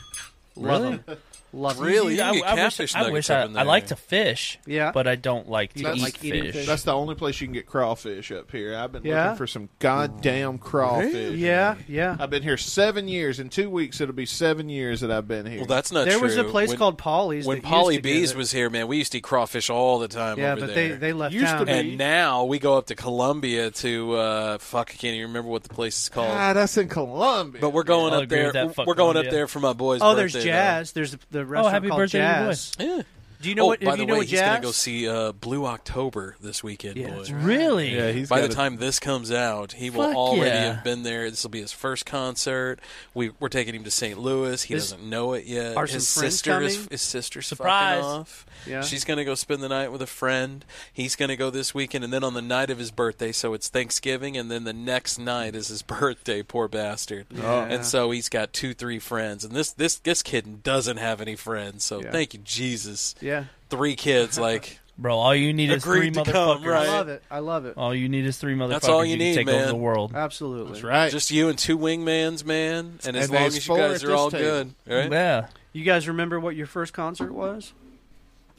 Love Really? 'em. Love 'em. Really? You I, can get I catfish wish, I, nuggets wish up I, in I there. like to fish. Yeah. but I don't like to That's- eat like fish. That's the only place you can get crawfish up here. I've been Yeah? looking for some goddamn crawfish. Yeah, yeah. I've been here seven years. In two weeks, it'll be seven years that I've been here. Well, that's not There true. was a place When- called Polly's When that Polly used to do Bees it. was here, man, we used to eat crawfish all the time Yeah, over but they- there. they left Used to town. be. And now we go up to Columbia to, uh, fuck, I can't even remember what the place is called. Ah, God, Ah, that's in Columbia. But we're going I'll up agree there. with that, We're fuck going up Columbia. there for my boy's Oh, birthday. there's Jazz. There's the, the restaurant happy called birthday to your Jazz. boy. Yeah. Do you know Oh, what? By Have the you know way, what he's Jazz? gonna go see uh, Blue October this weekend, boys. Really? Yeah, he's By the gotta- time this comes out, he will Fuck already yeah. have been there. This will be his first concert. We, we're taking him to St. Louis. He Is- doesn't know it yet. are his some friends sister is coming? his sister's Surprise. fucking off. Yeah. She's gonna go spend the night with a friend. He's gonna go this weekend, and then on the night of his birthday, so it's Thanksgiving, and then the next night is his [laughs] birthday. Poor bastard. Oh. Yeah. And so he's got two, three friends, and this this this kid doesn't have any friends. So Yeah. thank you, Jesus. Yeah. Three kids, like Bro, all you need is three Agreed to motherfuckers. come, right? Oh. I love it. I love it. All you need is three motherfuckers. That's all you, can need, take man. over the world. Absolutely. Just you and two wingmans, man. And as And long as there's you four guys at are this all table. good, right? Yeah. You guys remember what your first concert was?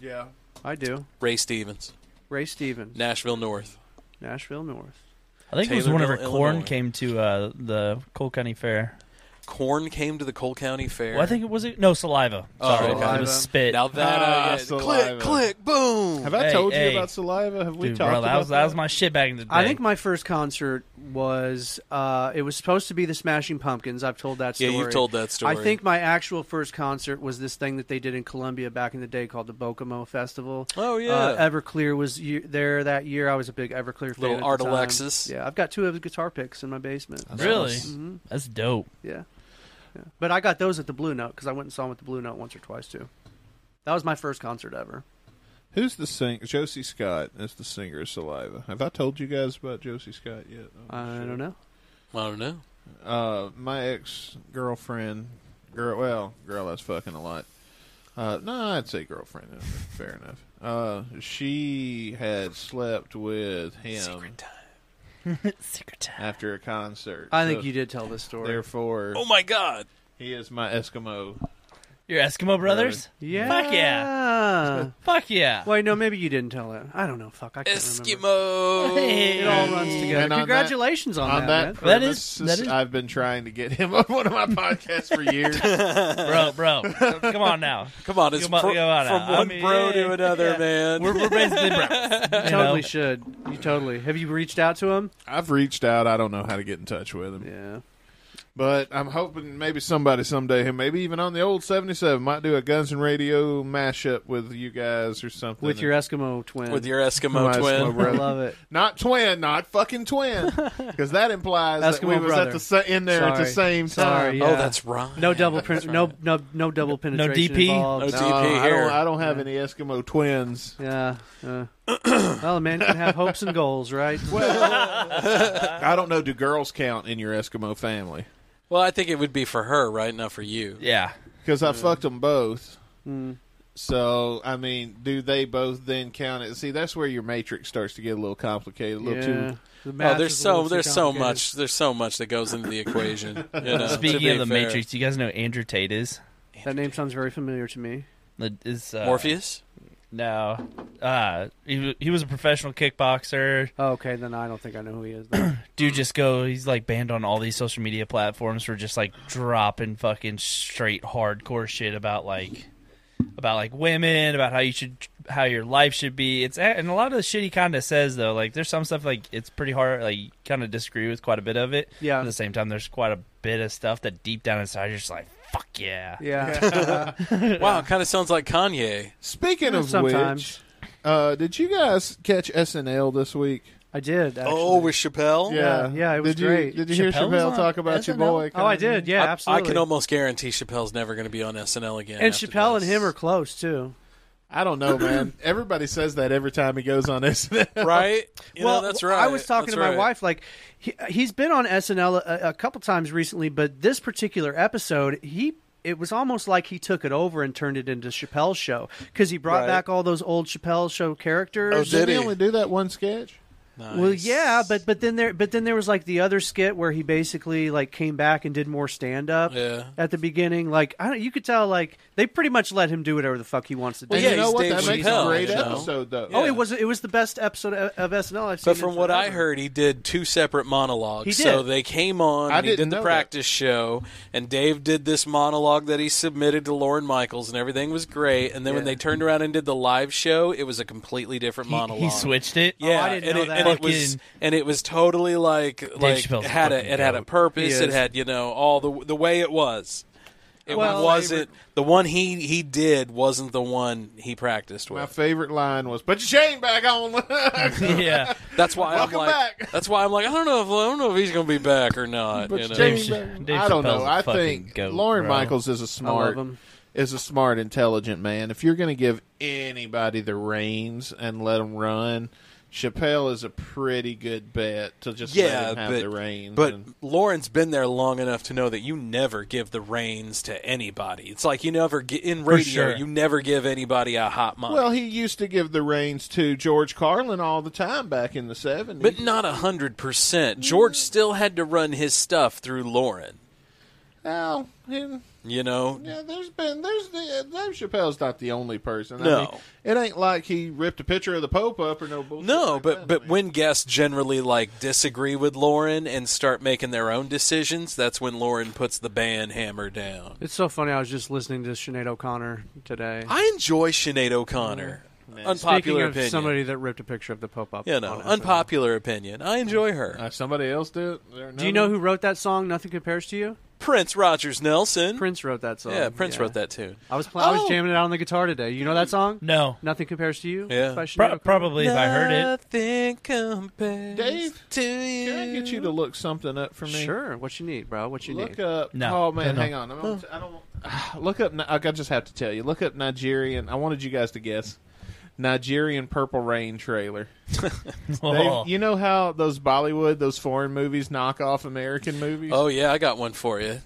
Yeah. I do. Ray Stevens, Ray Stevens, Nashville North. Nashville North. I think it was Taylor, whenever Illinois. Corn came to uh, the Cole County Fair. Corn came to the Cole County Fair. Well, I think it was it. No, saliva. Oh, Sorry, okay. it was spit. Now that Ah, I get- saliva. click, click, boom. Have I Hey, told hey. you about saliva? Have we Dude, talked bro, that about was- that was my shit back in the I day. think my first concert was uh, it was supposed to be the Smashing Pumpkins. I've told that Yeah, story. you've told that story. I think my actual first concert was this thing that they did in Columbia back in the day called the Bocomo Festival. Oh, yeah. uh, Everclear was ye- there that year. I was a big Everclear fan. Little Uh-huh. at the Art time. Alexis. Yeah, I've got two of his guitar picks in my basement. really? Mhm. That's dope. Yeah. yeah, but I got those at the Blue Note because I went and saw him at the Blue Note once or twice too. That was my first concert ever. Who's the sing? Josie Scott is the singer of Saliva. Have I told you guys about Josie Scott yet? I don't know. I don't know. Uh, my ex girlfriend, girl, well, girl, I was fucking a lot. Uh, no, I'd say girlfriend. uh, Fair enough. Uh, she had slept with him. Secret time. Secret time. After a concert. I think you did tell this story. Therefore, Oh my God. he is my Eskimo. Your Eskimo brothers? Yeah. Fuck yeah. Fuck yeah. Wait, no, maybe you didn't tell it. I don't know. Fuck, I can't Eskimo. It all runs together. And on Congratulations that- on, on that. that. man. premise, I've been trying to get him on one of my podcasts for [laughs] years. bro, bro. Come on now. Come on, it's Come on- fr- come on from now. I one mean, bro to another, yeah. man. [laughs] We're- we're basically bros. You totally should. You totally. Have you reached out to him? I've reached out. I don't know how to get in touch with him. Yeah. But I'm hoping maybe somebody someday, who maybe even on the old 77, might do a Guns and Radio mashup with you guys or something. With your Eskimo twin. With your Eskimo My Eskimo twin. brother. I [laughs] love it. Not twin, not fucking [laughs] twin. Because that implies that Eskimo we was brother. at the sa- in there at the Sorry. same time. Sorry, Oh, yeah. No double pen- no no no double penetration. involved. No, Uh, I don't, I don't have any Eskimo twins. Yeah. Uh, well, a man can have hopes and goals, right? I don't know. Do girls count in your Eskimo family? Well, I think it would be for her, right? Not for you. Yeah. Because Hmm. I fucked them both. Mm. So I mean, do they both then count it? See, that's where your matrix starts to get a little complicated, a little too. oh, there's so there's so much there's so much that goes into the equation. you know, to Speaking be of the fair. Matrix, do you guys know who Andrew Tate is? That name sounds very familiar to me. The- Is, uh, Morpheus? No. Uh, he, w- he was a professional kickboxer. Oh, okay, then I don't think I know who he is. then. Dude, just go. He's like banned on all these social media platforms for just like dropping fucking straight hardcore shit about like about like women, about how you should how your life should be. It's eh, and a lot of the shit he kind of says though, like there's some stuff like it's pretty hard. Like kind of disagree with quite a bit of it. Yeah. At the same time, there's quite a bit of stuff that deep down inside you're just like, fuck yeah. Yeah. wow, it kind of sounds like Kanye. Uh, Speaking of Sometimes. which, uh, did you guys catch SNL this week? I did. Oh, with Chappelle? Yeah, yeah, it was did you, great. Did you hear Chappelle was Chappelle on talk about your SNL? boy? Oh, I did, yeah, I- I absolutely. can almost guarantee Chappelle's never going to be on SNL again. and after Chappelle and him are close too. I don't know, [laughs] man. Everybody says that every time he goes on [laughs] SNL, [laughs] Right? You know, well, that's I right. was talking That's to my right. wife. Like, he, he's been on SNL a, a couple times recently, but this particular episode, he it was almost like he took it over and turned it into Chappelle's show because he brought Right. back all those old Chappelle show characters. did he only do that one sketch? Oh, Well, yeah, but but then there but then there was like the other skit where he basically like came back and did more stand up. Yeah. At the beginning, like I don't, you could tell like they pretty much let him do whatever the fuck he wants to do. Well, And yeah, you know he's what? Dave That makes a Chappelle, great you know? episode, though. Oh, Yeah. it was it was the best episode of, of SNL I've seen. But from what I heard, he did two separate monologues. He So did. they came on. I and he didn't did the know that. practice show, and Dave did this monologue that he submitted to Lauren Michaels, and everything was great. And then when Yeah. they turned around and did the live show, it was a completely different monologue. He switched it. Oh, [laughs] Yeah, and, it, and it was and it was totally like like Chappelle's had a fucking it had a goat. purpose. He It is. had you know all the the way it was. It Well- wasn't the one he he did wasn't the one he practiced with. My favorite line was, "Put your chain back on." [laughs] yeah, that's why Welcome I'm like. That's why I'm like. I don't know if I don't know if he's gonna be back or not. But you know? James- I don't know. I think Lauren Michaels is a smart, is a smart, intelligent man. If you're going to give anybody the reins and let them run, Chappelle is a pretty good bet to just let yeah, him have but, the reins. but and- Lauren's been there long enough to know that you never give the reins to anybody. It's like you never get in For radio. sure. You never give anybody a hot mic. well, he used to give the reins to George Carlin all the time back in the seventies. but not a hundred percent. George still had to run his stuff through Lauren. Well, he- You know, yeah, there's been there's the, Dave Chappelle's not the only person. I No. mean, it ain't like he ripped a picture of the Pope up or no bullshit. No, but but when guests generally like disagree with Lauren and start making their own decisions, that's when Lauren puts the ban hammer down. It's so funny. I was just listening to Sinead O'Connor today. I enjoy Sinead O'Connor. Speaking Unpopular of opinion. Somebody that ripped a picture of the Pope up. you know, on unpopular opinion. I enjoy her. uh, somebody else do it. Do you know who wrote that song? Nothing compares to you. Prince Rogers Nelson. Prince wrote that song. Yeah, Prince Yeah. wrote that Oh! tune. I was playing. I was jamming it out on the guitar today. You know that song? No. Nothing compares to you. Yeah. by Sinead Pro- O'Connor? probably if I heard it. Nothing compares Dave, to you. Can I get you to look something up for me? Sure. What you need, bro? What you Look need? up. Oh man, hang on. I'm gonna t- I don't. [sighs] Look up. I just have to tell you. Look up Nigerian. I wanted you guys to guess Nigerian Purple Rain trailer. Oh. They- you know how those Bollywood, those foreign movies knock off American movies? Oh yeah, I got one for you.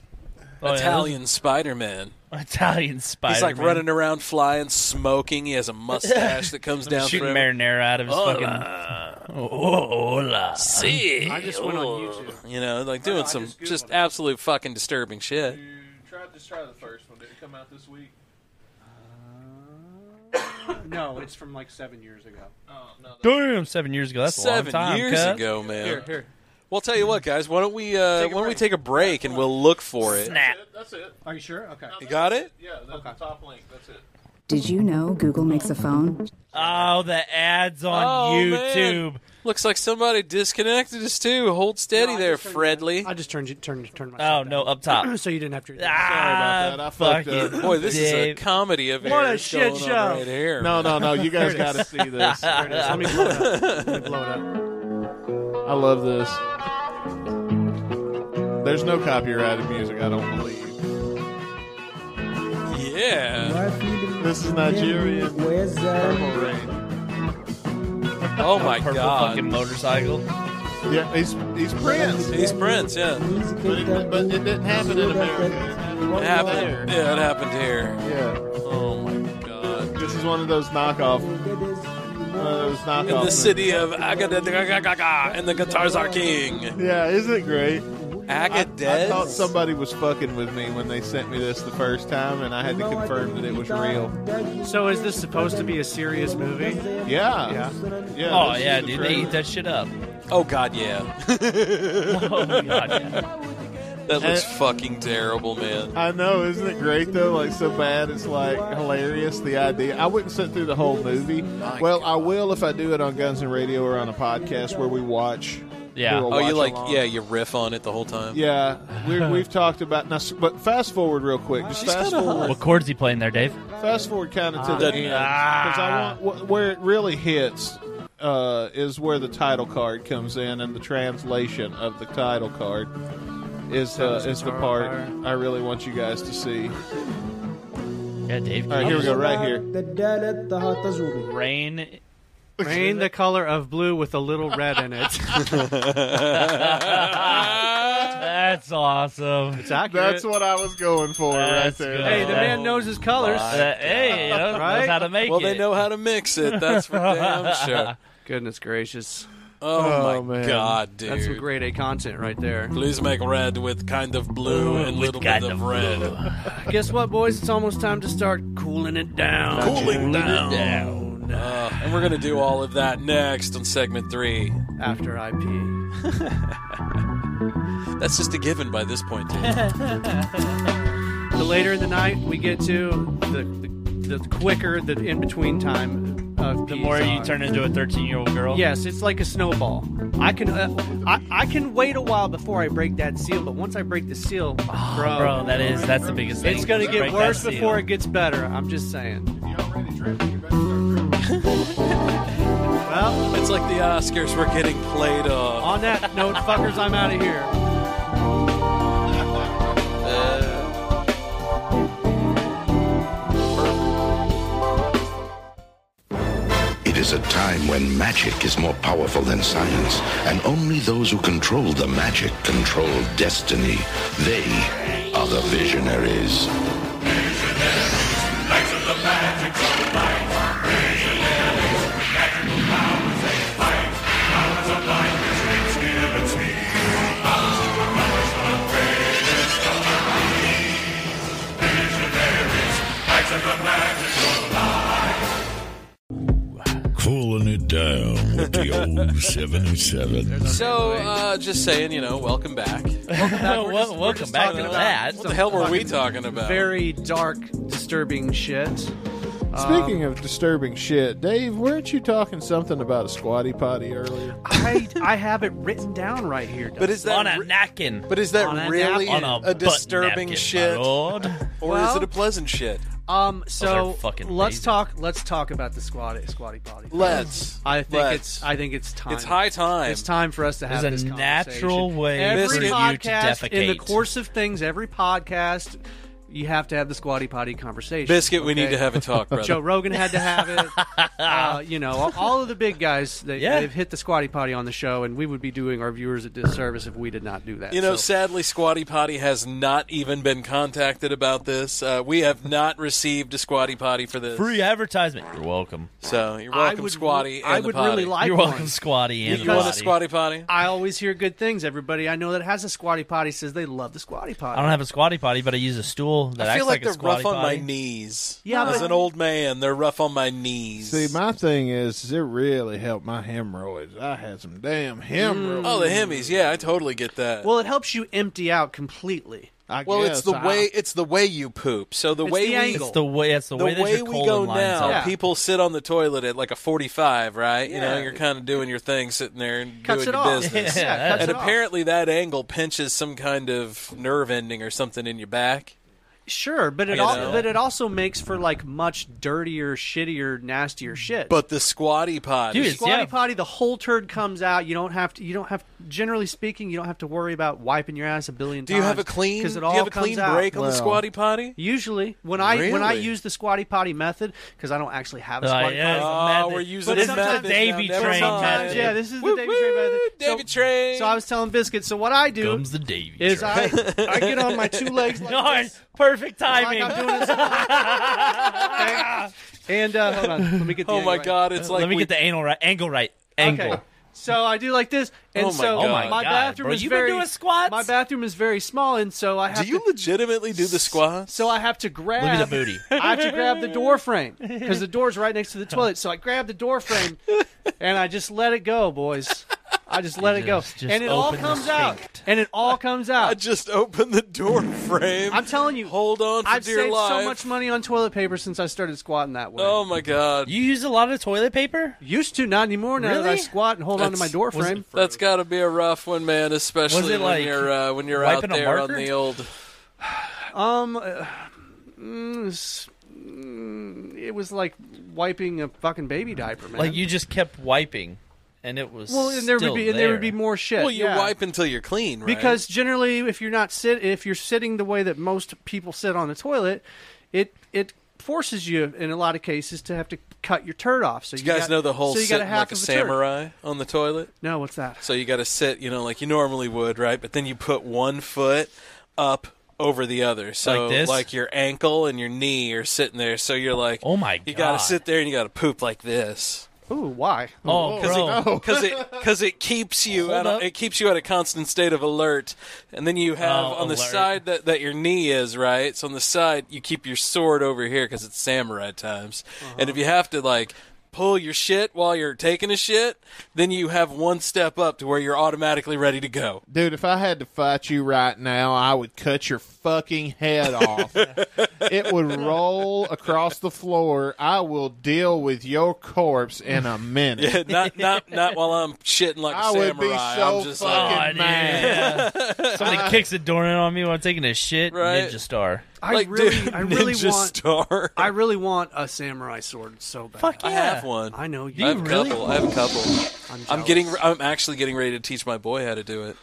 Oh, yeah. Italian Spider Man. [laughs] Italian Spider. He's like running around, flying, smoking. He has a mustache that [laughs] comes down. shooting from him. marinara out of his Hola. fucking. Oh, hola. See, I just went on YouTube. You know, like doing some just, absolute fucking disturbing shit. Try, just try the first one. Did it come out this week? No, it's from like seven years ago. Oh no. Damn, seven years ago. That's a long Seven time. years cuz. ago, man. Here, here. Well, tell you what, guys. Why don't we uh, why don't we take a break and we'll look for it. That's it. Are you sure? Okay. You got it? Yeah, that's the top link. That's it. Did you know Google makes a phone? Oh, the ads Oh, on YouTube. man. Looks like somebody disconnected us too. Hold steady there, Fredly. I just turned you turned turned my. Oh no, up top. [clears throat] so you didn't have to. Ah, Sorry about that. I fuck fucked up. [laughs] it. Boy, this is a comedy of What a errors shit going on show. right here, No, man. no, no, you guys gotta see this. Here it is. Let me blow it up. [laughs] Let me blow it up. I love this. There's no copyrighted music. I don't believe. Yeah. uh, This is Nigerian. Purple Rain. Oh my Purple god. [laughs] fucking motorcycle. Yeah, he's he's Prince. He's Prince. Yeah. But it, but it didn't happen in America. It happened. Yeah, it happened here. Yeah. Oh my god. This is one of those knockoff. One of those knockoff. In the movies. city of Agadegagaga, and the guitars are king. Yeah, isn't it great? I, I Agadez. thought somebody was fucking with me when they sent me this the first time, and I had to confirm that it was real. So is this supposed to be a serious movie? Yeah. Yeah, oh this yeah, is the dude, trailer. they eat that shit up. [laughs] Oh god, yeah. oh god, yeah. That looks And- fucking terrible, man. I know, isn't it great though? Like so bad, it's like hilarious. The idea. I wouldn't sit through the whole movie. well, I will if I do it on Guns and Radio or on a podcast where we watch. do a Oh, you watch like? along. Yeah, you riff on it the whole time. Yeah, we're, we've talked about now. s- But fast forward real quick. Just fast forward. What chord's he playing there, Dave? Fast forward kind of to Ah. the Doesn't end matter. 'cause I want wh- where it really hits uh, is where the title card comes in and the translation of the title card is uh, is the part I really want you guys to see. Ah. Yeah, Dave. All right, here we go. Right here. Rain. Rain the color of blue with a little red in [laughs] it. That's awesome. It's accurate. That's what I was going for That's right there. good. Hey, the man knows his colors. Uh, [laughs] hey, you know, knows Right? how to make well, it. they know how to mix it. That's for damn sure. Goodness gracious. Oh, my God, dude! That's some grade A content right there. Blues make red with kind of blue and little bit of red. Guess what, boys? It's almost time to start cooling it down. Cooling down. Uh, and we're gonna do all of that next on segment three. After I pee. That's just a given by this point, dude. The later in the night we get to, the the, the quicker the in between time. Of The more you turn into a 13 year old girl. Yes, it's like a snowball. I can uh, I, I can wait a while before I break that seal, but once I break the seal, bro, bro, that is- that's the biggest thing. It's gonna get Break that worse seal. before it gets better. I'm just saying. well, it's like the Oscars were getting played off. On that note, fuckers, I'm out of here. It is a time when magic is more powerful than science, and only those who control the magic control destiny. They are the visionaries. Cooling it down [laughs] with the old 77. So, uh, just saying, you know, welcome back. Wel- welcome back to that. What the hell were we talking about? Very dark, disturbing shit. Speaking of disturbing shit, Dave, weren't you talking something about a squatty potty earlier? I I have it written down right here. But is that on a napkin? But is that On a really napkin. On a a, butt disturbing napkin, shit, my or is [laughs] Well- it a pleasant shit? Um. Those are So fucking let's amazing. talk. Let's talk about the squatty squatty potty. Let's. I think Let's. it's. I think it's time. It's high time. It's time for us to have There's a this natural conversation. way Every for you to podcast, in the defecate. course of things, every podcast. You have to have the squatty potty conversation. Biscuit, we need okay? to have a [laughs] talk, brother. Joe Rogan had to have it. [laughs] uh, you know, all- all of the big guys, they, Yeah. they've hit the squatty potty on the show, and we would be doing our viewers a disservice if we did not do that. You know, so- sadly, Squatty Potty has not even been contacted about this. Uh, we have not received a Squatty Potty for this. Free advertisement. You're welcome. So you're I welcome, would- Squatty. I and the would potty. really like You're one. welcome, Squatty, and You the want a potty. Squatty Potty? I always hear good things. Everybody I know that has a squatty potty says they love the squatty potty. I don't have a squatty potty, but I use a stool that I feel acts like, like, they're a squatty rough on my potty. knees. Yeah, as but- an old man, they're rough on my knees. See, my thing is, is it really helped my hemorrhoids. I had some damn hemorrhoids. Oh, the hemis. Yeah, I totally get that. Well, it helps you empty out completely. I Well, it's [laughs] the way it's the way you poop. So the It's way the we angle. It's the way- it's the way that your we colon go lines now. up. People sit on the toilet at like a forty-five, right? You know, Yeah. you're kind of doing your thing, sitting there and Cuts doing it your off. business. [laughs] Yeah, Yeah, [laughs] cuts and it off. apparently that angle pinches some kind of nerve ending or something in your back. Sure, but it You al- know? but it also makes for like much dirtier, shittier, nastier shit. But the squatty potty, squatty potty, the whole turd comes out. You don't have to. You don't have. Generally speaking, you don't have to worry about wiping your ass a billion Do times. you have a clean? Because it do all you have a comes clean out. break on the squatty potty? Usually, when I when I Really? use the squatty potty method, because I don't actually have a Oh, squatty yeah, it's a potty. method. Oh, we're using But the sometimes- method now. Davy Never Train mind. Sometimes, method. yeah, this is the Davy Train method. Davy Train. So I was telling Biscuit. So what I do Comes the Davy is Train. I [laughs] I get on my two legs. [laughs] Like Nice. this. Perfect Like timing. I'm doing this. Okay. And uh, hold on, let [laughs] me get. The Oh angle my right. Uh, God, it's like Let me we- get the anal right angle right angle. Okay. So I do like this, and Oh my so God. Oh my my God, bathroom bro. is You been very doing My bathroom is very small, and so I have do you [laughs] to. legitimately do the squat? So I have to grab. Look at the [laughs] booty. [laughs] I have to grab the door frame because the door's right next to the toilet. So I grab the door frame, and I just let it go, boys. I just let it go, Just- just and it all open the comes out, and it all comes out. I just open the [laughs] door frame. I'm telling you, hold on for I've dear saved so life. much money on toilet paper since I started squatting that way. Oh my god! You use a lot of toilet paper? Used to, not anymore. Now that I Really? squat and hold on to my That's- door was frame, it- that's got to be a rough one, man. Especially Was it when like you're uh, when you're out wiping a there on marker? the old. um, uh, mm, s- mm, it was like wiping a fucking baby diaper, man. Like you just kept wiping, and it was Well, and there still would be and there there. would be more shit. Well, you yeah. wipe until you're clean, right? Because generally, if you're not sit, if you're sitting the way that most people sit on the toilet, it it forces you in a lot of cases to have to cut your turd off. So you guys got- know the whole so you got sitting half like a of turd. samurai on the toilet. No, what's that? So you got to sit, you know, like you normally would, right? But then you put one foot up over the other, so Like this? your ankle and your knee are sitting there. So you're like, Oh my you got God. to sit there and you got to poop like this. Ooh, why? Oh, [laughs] bro. because it because it keeps you at a, it keeps you at a constant state of alert, and then you have Oh, on the alert. side that, that your knee is right. So on the side you keep your sword over here because it's samurai times, and Uh-huh. if you have to like pull your shit while you're taking a shit, then you have one step up to where you're automatically ready to go. [laughs] Dude, if I had to fight you right now, I would cut your fucking head off. it would roll across the floor. I will deal with your corpse in a minute. Yeah, not not not while I'm shitting like a I samurai. would be I'm so just fucking like, mad. Oh, [laughs] [laughs] Somebody kicks a door in on me while I'm taking a shit. Right. Ninja star. I Like, really, dude, I really Ninja want. Star. I really want a samurai sword so bad. Fuck [laughs] I have one. I know you. I have a couple. I have a couple. I'm, I'm getting. I'm actually getting ready to teach my boy how to do it.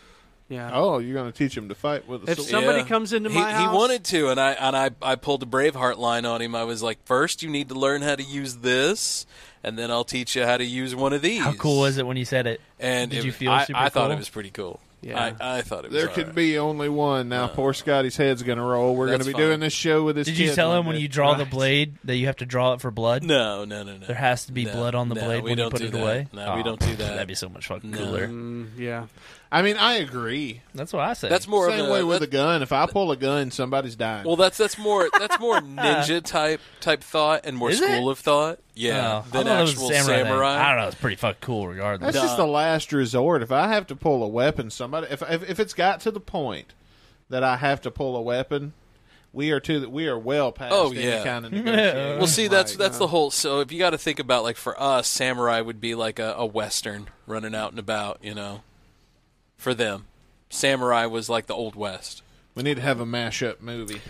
Yeah. Oh, you're going to teach him to fight with a If sword. somebody comes into he, my house- he wanted to, and I and I, I pulled the Braveheart line on him. I was like, first you need to learn how to use this, and then I'll teach you how to use one of these. How cool was it when you said it? And did it- you feel I, super I thought cool? it was pretty cool. Yeah. I, I thought it was. There all could right. be only one. Now, poor Scotty's head's going to roll. We're going to That's be fine. doing this show with his Did you kid tell one him when day. you draw the Right. blade that you have to draw it for blood? No, no, no, no. There has to be No, blood on the no, blade we when you don't put do it that. away. No, we Aw, don't do that. That'd be so much fucking No. cooler. yeah. I mean, I agree. That's what I say. That's more Same of a, way with a gun. If I pull a gun, somebody's dying. Well, that's that's more that's [laughs] more ninja type type thought and more Is it? school of thought. Yeah, Oh, I than thought it was actual samurai thing. samurai. I don't know. It's pretty fucking cool regardless. That's just the last resort. If I have to pull a weapon, somebody if, if if it's got to the point that I have to pull a weapon, we are to we are well past Oh any yeah. kind of negotiation. [laughs] well, see, that's Like, that's uh, the whole. So if you got to think about like for us, samurai would be like a, a western running out and about. You know, for them, samurai was like the old west. we need to have a mashup movie.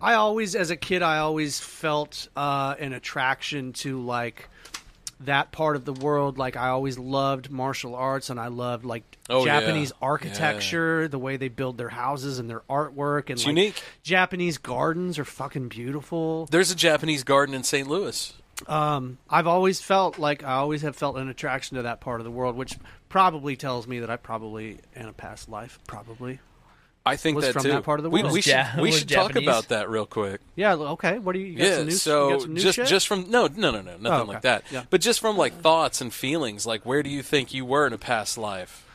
I always, as a kid, I always felt uh, an attraction to like that part of the world. Like I always loved martial arts, and I loved like Oh, yeah. Japanese architecture, the way they build their houses and their artwork, and It's like, unique. Japanese gardens are fucking beautiful. There's a Japanese garden in St. Louis. Um, I've always felt like I always have felt an attraction to that part of the world, which probably tells me that I probably in a past life probably. I think Was that from too. that part of the We- world. We, should, Ja- we was should talk Japanese? about that real quick. Yeah. Okay. What do you? you got yeah. some new, so you got some new just shit? just from no no no no nothing Oh, okay. like that. Yeah. But just from like thoughts and feelings, like where do you think you were in a past life?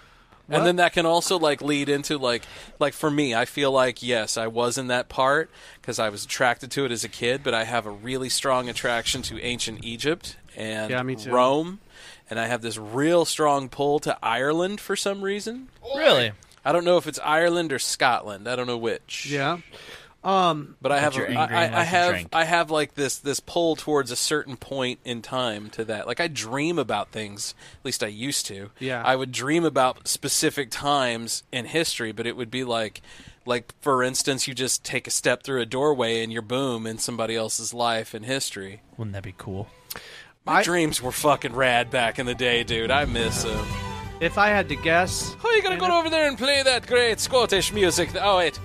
Well- And then that can also like lead into like like for me, I feel like yes, I was in that part because I was attracted to it as a kid, but I have a really strong attraction to ancient Egypt and Yeah, me too. Rome, and I have this real strong pull to Ireland for some reason. Really? I don't know if it's Ireland or Scotland. I don't know which. Yeah. Um, But I have, you're a, angry I, and I, I like to have, drink. I have like this this pull towards a certain point in time to that. Like I dream about things. At least I used to. Yeah. I would dream about specific times in history, but it would be like, like for instance, you just take a step through a doorway and you're boom in somebody else's life and history. Wouldn't that be cool? My dreams were fucking rad back in the day, dude. I miss them. If I had to guess, Oh, you're gonna go over there and play that great Scottish music. Oh wait,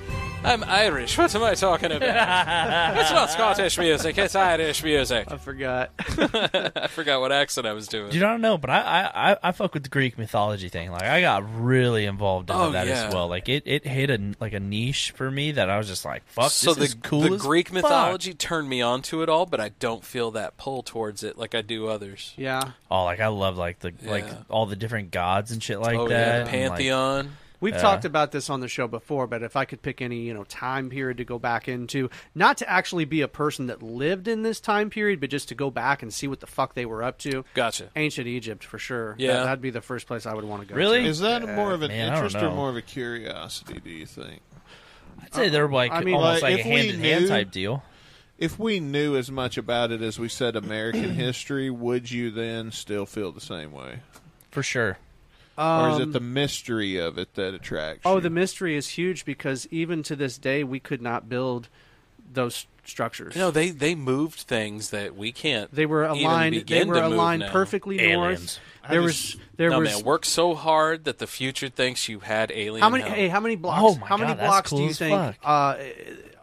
I'm Irish. What am I talking [laughs] about? it's not Scottish music. It's Irish music. I forgot. [laughs] I forgot what accent I was doing. Dude, I don't know, but I, I, I, I fuck with the Greek mythology thing. Like, I got really involved into Oh, that yeah. as well. Like, it, it hit a like a niche for me that I was just like, fuck. so this the, is cool. the as Greek fuck. mythology turned me on to it all, but I don't feel that pull towards it like I do others. Yeah. Oh, like I love like the like Yeah. all the different gods and shit like oh that. yeah, the and, like- pantheon. We've Yeah. talked about this on the show before, but if I could pick any, you know, time period to go back into, not to actually be a person that lived in this time period, but just to go back and see what the fuck they were up to. Gotcha. Ancient Egypt for sure. Yeah. that, would be the first place I would want to go. to. Is that Yeah. more of an interest or more of a curiosity? Do you think? I'd say they're like almost like a if we hand-in-hand knew- type deal. If we knew as much about it as we said American [clears throat] history, would you then still feel the same way? For sure. or is Um, it the mystery of it that attracts? Oh, the mystery is huge because even to this day, we could not build those structures. You know, they they moved things that we can't. They were even aligned. They begin were to move aligned now. perfectly north. There was there no, was man, work so hard that the future thinks you had alien. how many help. hey how many blocks Oh my how many God, that's blocks cool do you as think fuck. uh,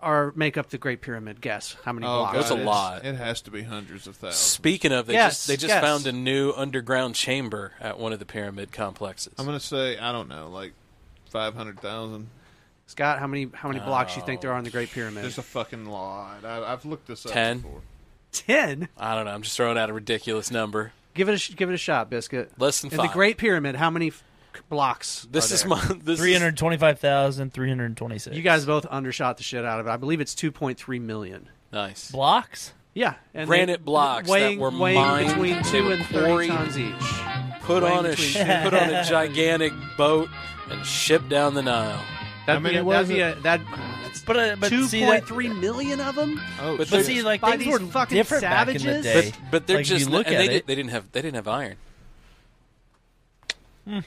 are make up the Great Pyramid? Guess how many Oh, blocks? God, That's a it's- lot. It has to be hundreds of thousands. Speaking of, they Yes, just they just yes. found a new underground chamber at one of the pyramid complexes. I'm gonna say I don't know, like five hundred thousand. Scott, how many how many blocks you think there are on the Oh, Great Pyramid? There's a fucking lot. I, I've looked this up. Ten. before. Ten. I don't know. I'm just throwing out a ridiculous number. Give it a sh- give it a shot, biscuit. Less than in five. the Great Pyramid. How many f- blocks? This are is there? my- [laughs] this Three hundred twenty-five thousand three hundred twenty-six. You guys both undershot the shit out of it. I believe it's two point three million. Nice blocks. Yeah, and they- Granite blocks that weighing, were weighing mined, between they two were and thirty quarried, tons each. Put Weighing on a between sh- two and put [laughs] on a thirty. gigantic boat and ship down the Nile. That'd be, a, that'd be a, that. But, uh, but two see point that- three million of them. Oh, But But they're- see, like By things these were fucking different back in savages? the day. But, but they're Like, if just you look and at they, it. Did, they didn't have they didn't have iron. Hmm.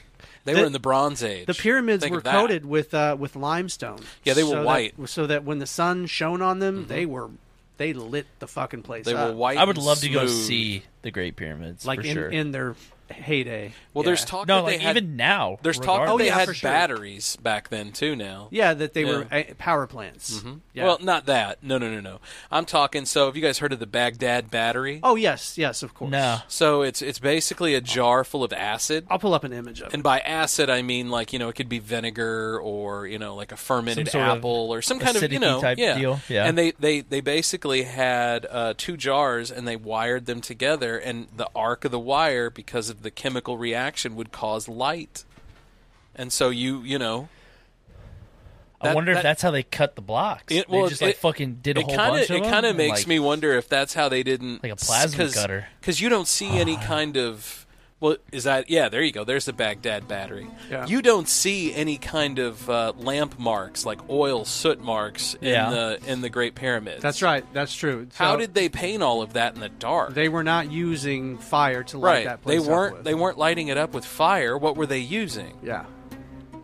They The- were in the Bronze Age. The pyramids Think were of that. coated with uh, with limestone. Yeah, they were so that- white. Mm-hmm. so that when the sun shone on them, they were they lit the fucking place. They were up. white I would and love to go smooth. see the Great Pyramids like for in, sure. in their heyday. Well, yeah. there's talk No, that like, they had, even now, There's talk that regardless. they Oh, yeah, for had sure. batteries back then too. Now, Yeah, that they Yeah. were uh, power plants. Mhm. Yeah. Well, not that. No, no, no, no. I'm talking. So, have you guys heard of the Baghdad battery? oh yes, yes, of course. No. So it's it's basically a jar full of acid. I'll pull up an image of it. And by acid, I mean like you know it could be vinegar or you know like a fermented sort of apple or some kind of you acidic-y know type yeah. deal, yeah. And they they they basically had uh, two jars and they wired them together, and the arc of the wire because of the chemical reaction would cause light, and so you you know. I that- wonder if that- that's how they cut the blocks. It, well, they just like fucking did a it whole kinda, bunch of It them kind of and, makes like- me wonder if that's how they didn't like a plasma cutter. because you don't see [sighs] any kind of. Well, is that yeah? There you go. There's the Baghdad battery. Yeah. You don't see any kind of uh, lamp marks, like oil soot marks, in Yeah. the in the Great Pyramid. That's right. That's true. How So did they paint all of that in the dark? they were not using fire to light right. that place they up weren't. with. They weren't lighting it up with fire. What were they using? Yeah.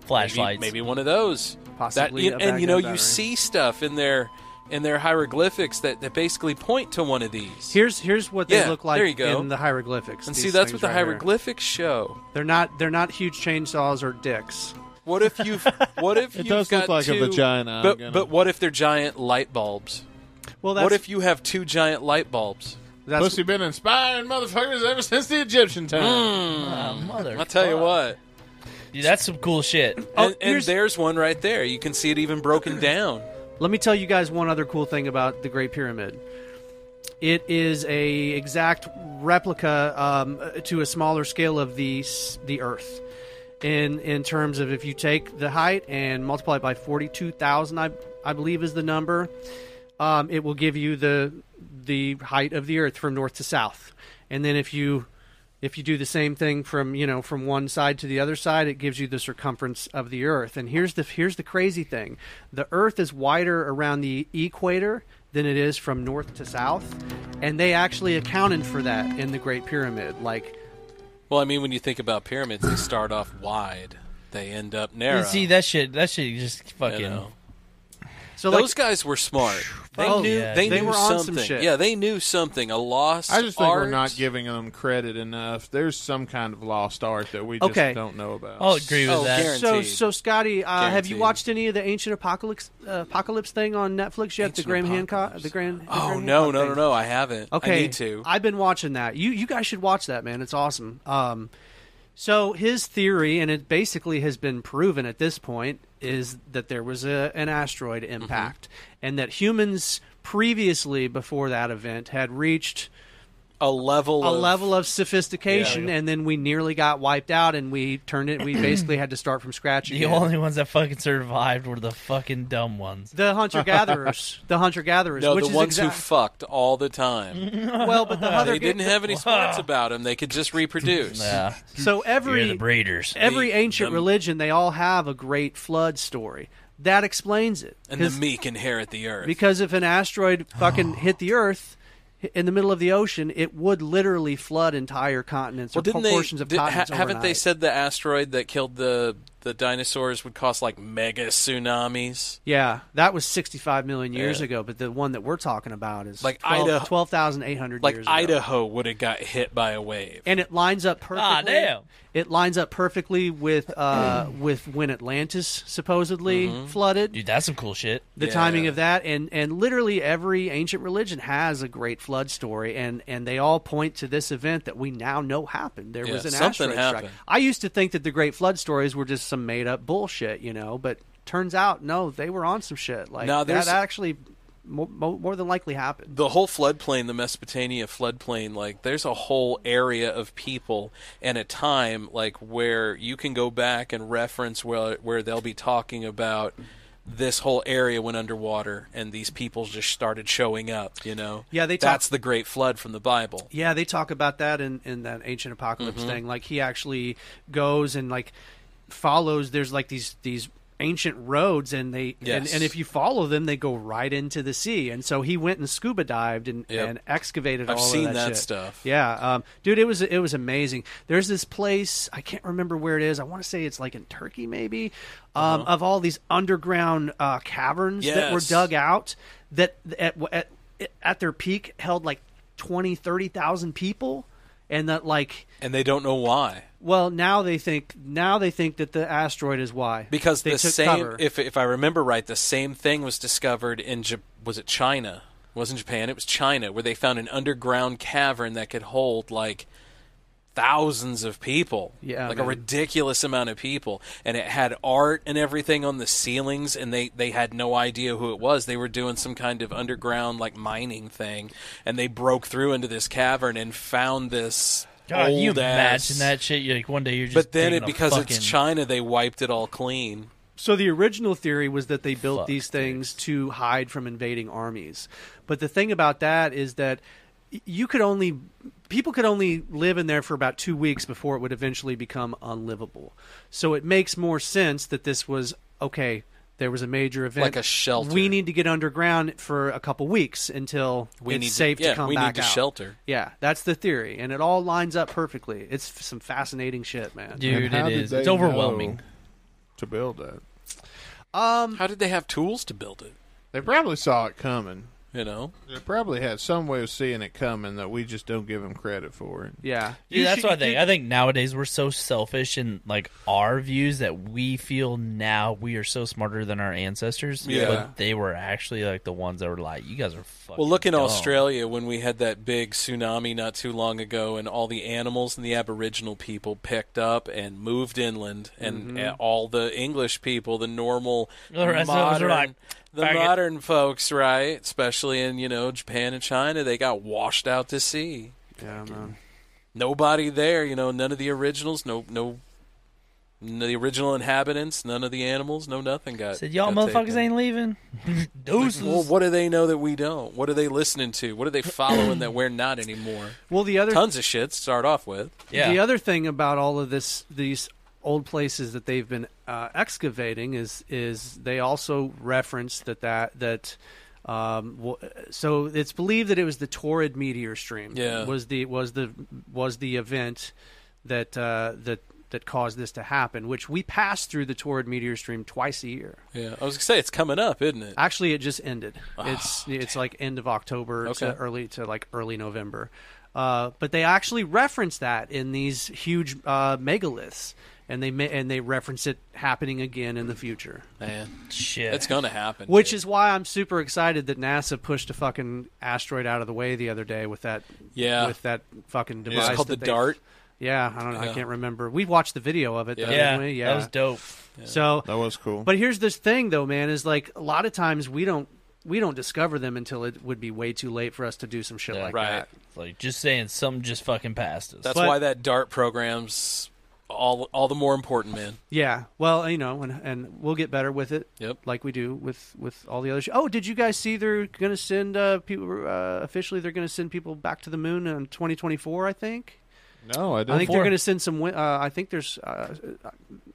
Flashlights. Maybe, maybe one of those. Possibly That, a and you know, Baghdad battery. you see stuff in their in their hieroglyphics that, that basically point to one of these. Here's here's what they Yeah, look like there you go. in the hieroglyphics. and these see, that's things what the right here. hieroglyphics show. They're not they're not huge chainsaws or dicks. What if [laughs] you? What if It you've does look got like a two- vagina, I'm But, gonna- but what if they're giant light bulbs? Well, what that's- if you have two giant light bulbs? That's- Pussy been inspiring motherfuckers ever since the Egyptian time. mother. I'll tell you what. Oh, Dude, that's some cool shit. Oh, and, and there's one right there. You can see it even broken down. Let me tell you guys one other cool thing about the Great Pyramid. It is a exact replica um, uh, to a smaller scale of the s- the Earth. In in terms of if you take the height and multiply it by forty two thousand, I I believe is the number, um, it will give you the the height of the Earth from north to south. And then if you if you do the same thing from you know from one side to the other side it gives you the circumference of the earth and here's the here's the crazy thing the earth is wider around the equator than it is from north to south and they actually accounted for that in the great pyramid like Well, I mean, when you think about pyramids, they start off wide, they end up narrow. You see that shit? That shit just fucking. know. so Those like guys were smart. They Oh, knew. yeah, they dude. They knew were on some something. shit. Yeah, they knew something. A lost. I just think Hmm. art. we're not giving them credit enough. There's some kind of lost art that we just Okay. don't know about. I'll agree with Oh, that. guaranteed. so so scotty uh, have you Guaranteed. watched any of the ancient apocalypse uh, apocalypse thing on netflix yet the Ancient graham hancock the grand Oh no, no, no, no! I haven't. Okay, I need to. have been watching that. You you guys should watch that, man. It's awesome. Um, so his theory, and it basically has been proven at this point, is that there was a, an asteroid Mm-hmm. impact, and that humans previously before that event had reached a level a of, level of sophistication, and then we nearly got wiped out, and we [clears throat] turned it. We basically had to start from scratch. The Again. only ones that fucking survived were the fucking dumb [laughs] ones. the hunter gatherers, the hunter gatherers, no which the is ones who exact- fucked all the [laughs] time. well, but [laughs] the hunter they didn't have any smarts about them. They could just reproduce. Yeah. So every breeders, every The- ancient them- religion, they all have a great flood story. That explains it. and the 'Cause- meek inherit the earth. Because if an asteroid [sighs] fucking hit the Earth h- in the middle of the ocean, it would literally flood entire continents well, or didn't portions they? of did- ha- continents. haven't they overnight. said the asteroid that killed the the dinosaurs would cost like mega tsunamis? Yeah, that was 65 million years Yeah. ago, but the one that we're talking about is Like 12 Idaho- 12,800 Like years ago. Idaho would have got hit by a wave. And it lines up perfectly. Ah, damn. It lines up perfectly with uh, with when Atlantis supposedly Mm-hmm. Mhm. flooded. Dude, that's some cool shit. the timing of that and and literally every ancient religion has a great flood story and and they all point to this event that we now know happened there Yeah, was an something asteroid happened. strike i used to think that the great flood stories were just some made up bullshit you know but turns out no they were on some shit like No, that there's- actually more, more than likely happened the whole floodplain, the Mesopotamia floodplain, like there's a whole area of people and a time like where you can go back and reference where where they'll be talking about this whole area went underwater and these people just started showing up, you know. Yeah, they talk- That's the great flood from the Bible. Yeah, they talk about that in, in that ancient apocalypse Mhm. thing. Like he actually goes and like follows. There's like these these ancient roads, and they and, Yes. and if you follow them, they go right into the sea. And so he went and scuba dived and, Yep. and excavated. I've all of seen that, that shit. stuff. Yeah, um, dude, it was it was amazing. There's this place I can't remember where it is. I want to say it's like in Turkey, maybe. Um, Of all these underground uh, caverns that Uh-huh. were Yes. dug out, that at at, at their peak held like 20, 30,000 people, and that like And they don't know why. well now they think now they think that the asteroid is why Because they the took same cover. if if I remember right, the same thing was discovered in Ja- was it China? It wasn't Japan, it was China where they found an underground cavern that could hold like thousands of people. Yeah, Like man. a ridiculous amount of people and it had art and everything on the ceilings and they they had no idea who it was. They were doing some kind of underground like mining thing and they broke through into this cavern and found this God, you old imagine ass- that shit? You're like one day you're just. But then it digging a because fucking- it's China they wiped it all clean. So the original theory was that they built these things to hide from invading armies. But the thing about that is that y- you could only people could only live in there for about 2 weeks before it would eventually become unlivable. So it makes more sense that this was okay, there was a major event. Like a shelter. We need to get underground for a couple weeks until We it's need to- safe to, yeah, come we need back to out. shelter. Yeah, that's the theory and it all lines up perfectly. It's f- some fascinating shit, man. Dude, it is. It's know overwhelming. to build that. Um, How did they have tools to build it? They probably saw it coming. You know, they probably had some way of seeing it coming that we just don't give them credit for it. Yeah, Dude, that's what I think. I think nowadays we're so selfish in like our views that we feel now we are so smarter than our ancestors. Yeah. But they were actually like the ones that were like, "You guys are fucking." Well, look in dumb." Australia when we had that big tsunami not too long ago, and all the animals and the Aboriginal people picked up and moved inland, and Mhm. uh, all the English people, the normal The rest of us are modern, like, the "Fuck it." modern folks, right? Especially in you know Japan and China, they got washed out to sea. Yeah, man. Nobody there, you know, none of the originals, no, no. no- the original inhabitants, none of the animals, no nothing got. Said y'all got motherfuckers taken." ain't leaving. [laughs] Deuces. Well, what do they know that we don't? What are they listening to? What are they following that we're not anymore? Well, the other tons of shit to start off with. The other thing about all of this, these old places that they've been uh, excavating is is they also reference that that that. Um, w- so it's believed that it was the torrid meteor stream. Yeah. was the was the was the event that uh, that that caused this to happen. Which we pass through the torrid meteor stream twice a year. yeah, I was gonna say it's coming up, isn't it? Actually, it just ended. it's it's like end of October to Okay. early to like early November. Uh, but they actually reference that in these huge uh, megaliths, and they ma- and they reference it happening again in the future. Man, shit, it's gonna happen. Which is why I'm super excited that NASA pushed a fucking asteroid out of the way the other day with that. Yeah. with that fucking It's device called that the they- DART. Yeah, I don't know. I Yeah. can't remember. We watched the video of it. though, Yeah. didn't Yeah, we? that was dope. So that was cool. But here's this thing though, man, is like a lot of times we don't we don't discover them until it would be way too late for us to do some shit like that. It's like just saying something just fucking passed us. That's But- why that dart program's all all the more important, man. Yeah. Well, you know, and and we'll get better with it. Yep. Like we do with with all the other. Sh- oh, did you guys see they're going to send uh, people uh, officially? They're going to send people back to the moon in 2024. I think. No, I didn't. I think they're going to send some. wi- Uh, I think there's uh,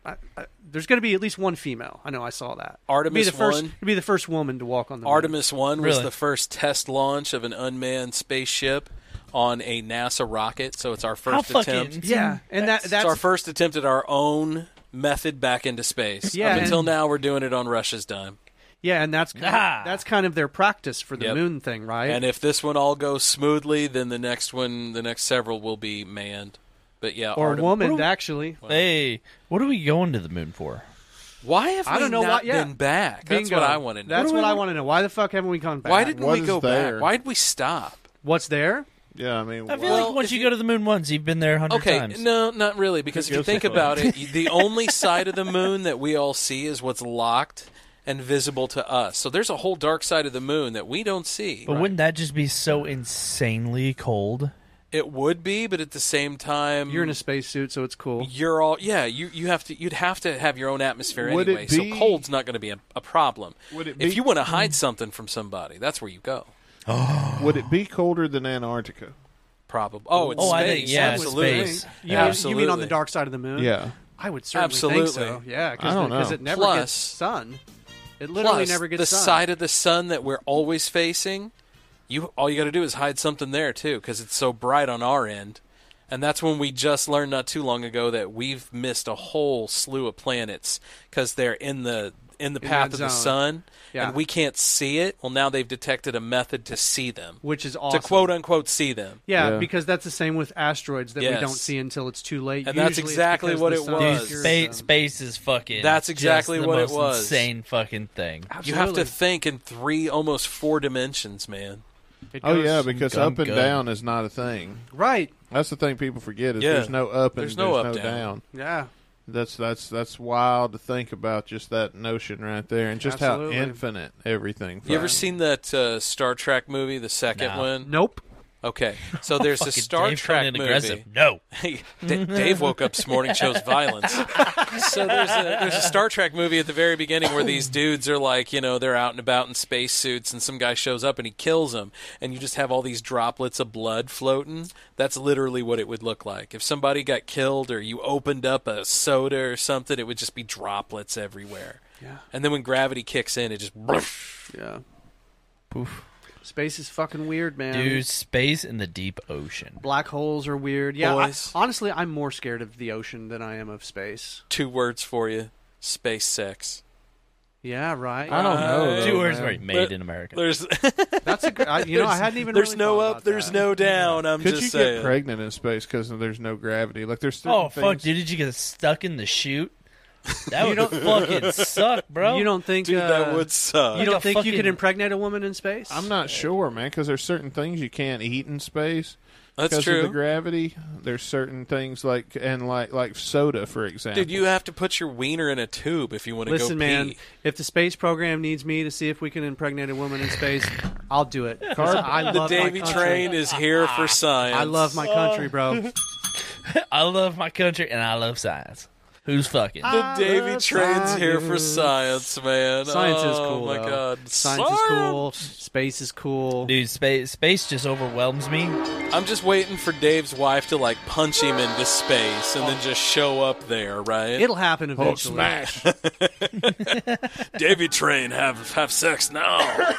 I, I, there's going to be at least one female. I know. I saw that. Artemis be the first. one? it'd Be the first woman to walk on the moon. Artemis 1 was Really? the first test launch of an unmanned spaceship on a NASA rocket, so it's our first fucking attempt. Yeah, and that- it's that's- our first attempt at our own method back into space. Yeah, Up until and- now we're doing it on Russia's dime. Yeah, and that's kind Ah. of, that's kind of their practice for the Yep. moon thing, right? And if this one all goes smoothly, then the next one, the next several will be manned. But yeah, or Artem- woman, actually. Hey, what are we going to the moon for? Why have I we don't know not why- yeah. been back? That's Bingo. what I want to know. That's what, I want to know. Why the fuck haven't we gone back? Why didn't we go back? Why did we stop? What's there? Yeah, I mean, I feel like once you, go to the moon once, you've been there a hundred Okay, times. no, not really. Because if you goes think that way. about it, the only side of the moon that we all see is what's locked and visible to us. So there's a whole dark side of the moon that we don't see. But wouldn't that just be so insanely cold? It would be, but at the same time, You're in a spacesuit, so it's cool. You're all yeah. Mm. You you have to you'd have to have your own atmosphere Would it anyway. be- so cold's not going to be a, a problem. Would it if be- you Hmm. want to hide something from somebody, that's where you go. Would it be colder than Antarctica? Probably. Oh, it's Oh, space. I think- yeah, absolutely. space. You, mean- you mean on the dark side of the moon? Yeah. I would certainly Absolutely. think so. Yeah, I don't because know. it never Plus- gets sun. It literally Plus, never gets the sun. side of the sun that we're always facing. You all you got to do is hide something there too, because it's so bright on our end, and that's when we just learned not too long ago that we've missed a whole slew of planets because they're in the in the In path that of the zone. sun, Yeah. and we can't see it. Well, now they've detected a method to see them, Which is awesome. to quote unquote see them. yeah, because that's the same with asteroids that Yes. we don't see until it's too late. And that's Usually it's exactly because what the it sun was. obscures Spa- them. space is fucking. That's just exactly the what it most was. Insane fucking thing. You have to think in three, almost four dimensions, man. Oh yeah, because Gum up and gun. down is not a thing. Right. That's the thing people forget is Yeah. there's no up and There's there's no no, up, down. down. Yeah. That's that's that's wild to think about just that notion right there and just Absolutely. how infinite everything. You ever fucking- seen that uh, Star Trek movie, the second No. one? Nope. Okay, so there's a Fucking Star Dave Trek coming in movie. aggressive. No. [laughs] Hey, D- Dave woke up this morning, chose violence. So there's a, there's a Star Trek movie at the very beginning where these dudes are like, you know, they're out and about in spacesuits, and some guy shows up and he kills them, and you just have all these droplets of blood floating. That's literally what it would look like if somebody got killed or you opened up a soda or something. It would just be droplets everywhere. Yeah. And then when gravity kicks in, it just [laughs] yeah. Space is fucking weird, man. Dude, space in the deep ocean. Black holes are weird. Yeah. I- Boys. honestly, I'm more scared of the ocean than I am of space. Two words for you: space sex. Yeah, right. I don't know, though, Two words Oh, man. were made in America. There's That's a gr- I- you know, I There's- hadn't even There's really no thought up. about There's that. no down. I'm Could just you saying. get pregnant in space because there's no gravity? Like there's certain Oh fuck, things- dude! Did you get stuck in the chute? That You would don't- fucking suck, bro. You don't think Dude, that uh, would suck. You don't Like a think you could fucking- impregnate a woman in space? I'm not sure, man, because there's certain things you can't eat in space. That's because true. Of the gravity. There's certain things like and like like soda, for example. Dude, you have to put your wiener in a tube if you want to go Listen, man. pee. If the space program needs me to see if we can impregnate a woman in space, I'll do it. 'Cause I love the my Davy country. Ah, train is Oh. here for science. I love my [laughs] country, bro. I love my country and I love science. Who's fucking? The Davy train's here for science, man. Science is Oh, cool, My though. God, Science is cool. Space is cool, dude. Space space just overwhelms me. I'm just waiting for Dave's wife to like punch him into space and then just show up there, right? Oh. It'll happen Oh, eventually. Davy train, have have sex [laughs] now.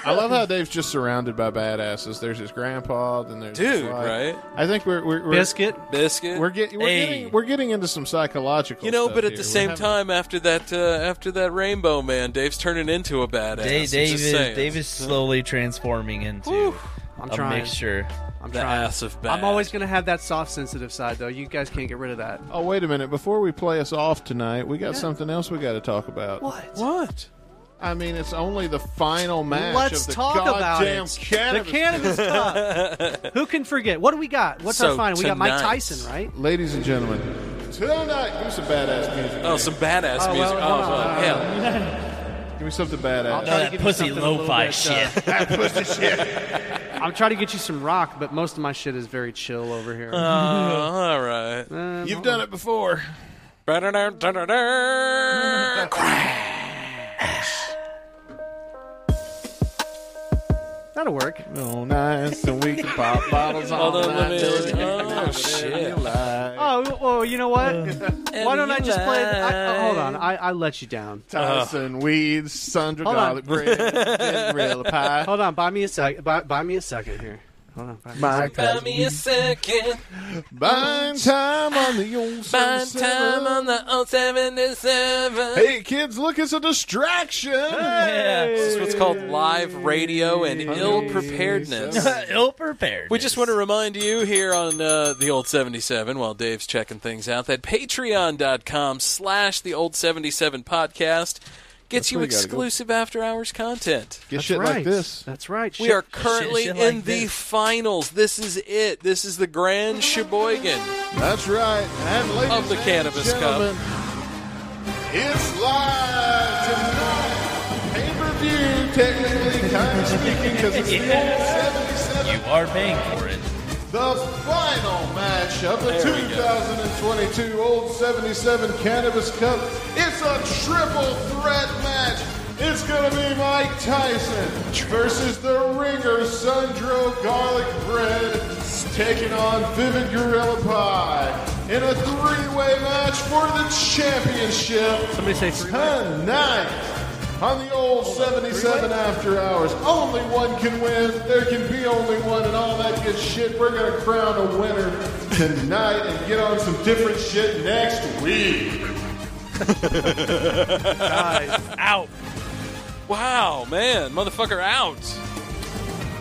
I love how Dave's just surrounded by badasses. There's his grandpa, then there's his Dude, wife. right? I think we're, we're, we're biscuit, biscuit. We're getting we're getting we're getting into some psychological. You know, stuff but at here. the We're same having- time, after that, uh, after that rainbow man, Dave's turning into a badass. Dave, I'm Dave, just is, saying. Dave is slowly transforming into I'm a trying. mixture. I'm The trying. ass of I'm always going to have that soft, sensitive side, though. You guys can't get rid of that. Oh wait a minute! Before we play us off tonight, we got something else we got to talk about. What? What? I mean, it's only the final match. Let's of the talk about goddamn it. Cannabis the cannabis cup. Who can forget? What do we got? What's So our final? We got Mike tonight- Tyson, right? Ladies and gentlemen, tonight, give me some badass music. Oh, some badass Oh, well, music. [laughs] come oh, on. well, hell. Give me something badass. I'll try to give you something a little bit, uh, [laughs] I'm trying to get you some rock, but most of my shit is very chill over here. Oh, all right. You've done it before. That'll work. Oh, nice. And we can pop [laughs] bottles all Hold on, let night. me- till you oh, know shit. you like. Oh, oh, you know what? Why don't I just play? I, oh, hold on, I, I let you down. Tyson Weeds, Sandra Hold on. Garlic Bread, [laughs] Cinderella Pie. Hold on, buy me a sec. Buy, buy me a second here. Hold on. Buy me My a second. Buy me a second. Bind time on the [sighs] old Find 77. time on the 077. Hey, kids, look, it's a distraction. Yeah. This is what's called live radio and ill preparedness. [laughs] Ill prepared. We just want to remind you here on uh, the old 77, while Dave's checking things out, that patreon.com slash the old 77 podcast gets That's you where you gotta go. exclusive after hours content. Get shit like this. That's right. We Shit- are currently shit- shit like in the this. finals. This is it. This is the grand Sheboygan. That's right. And ladies of the Cannabis Cup. gentlemen, It's live tonight. Pay per view, technically, kind of speaking, because [laughs] it's the old 77. You are paying for it. The final match of the There we go. 2022 Old 77 Cannabis Cup. It's a triple threat match. It's going to be Mike Tyson versus the ringer Sundro Garlic Bread taking on Vivid Gorilla Pie in a three-way match for the championship. Somebody say tonight. On the old 77 after hours, only one can win. There can be only one, and all that good shit. We're going to crown a winner tonight and get on some different shit next week. out. Wow, man. Motherfucker out.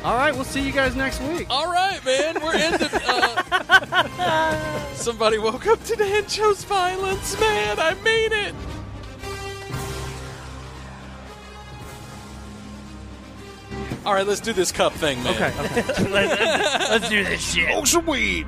All right, we'll see you guys next week. All right, man. We're in the. Uh, somebody woke up today and chose violence, man. I mean it. All right, let's do this cup thing, man. let's, let's do this shit. some weed.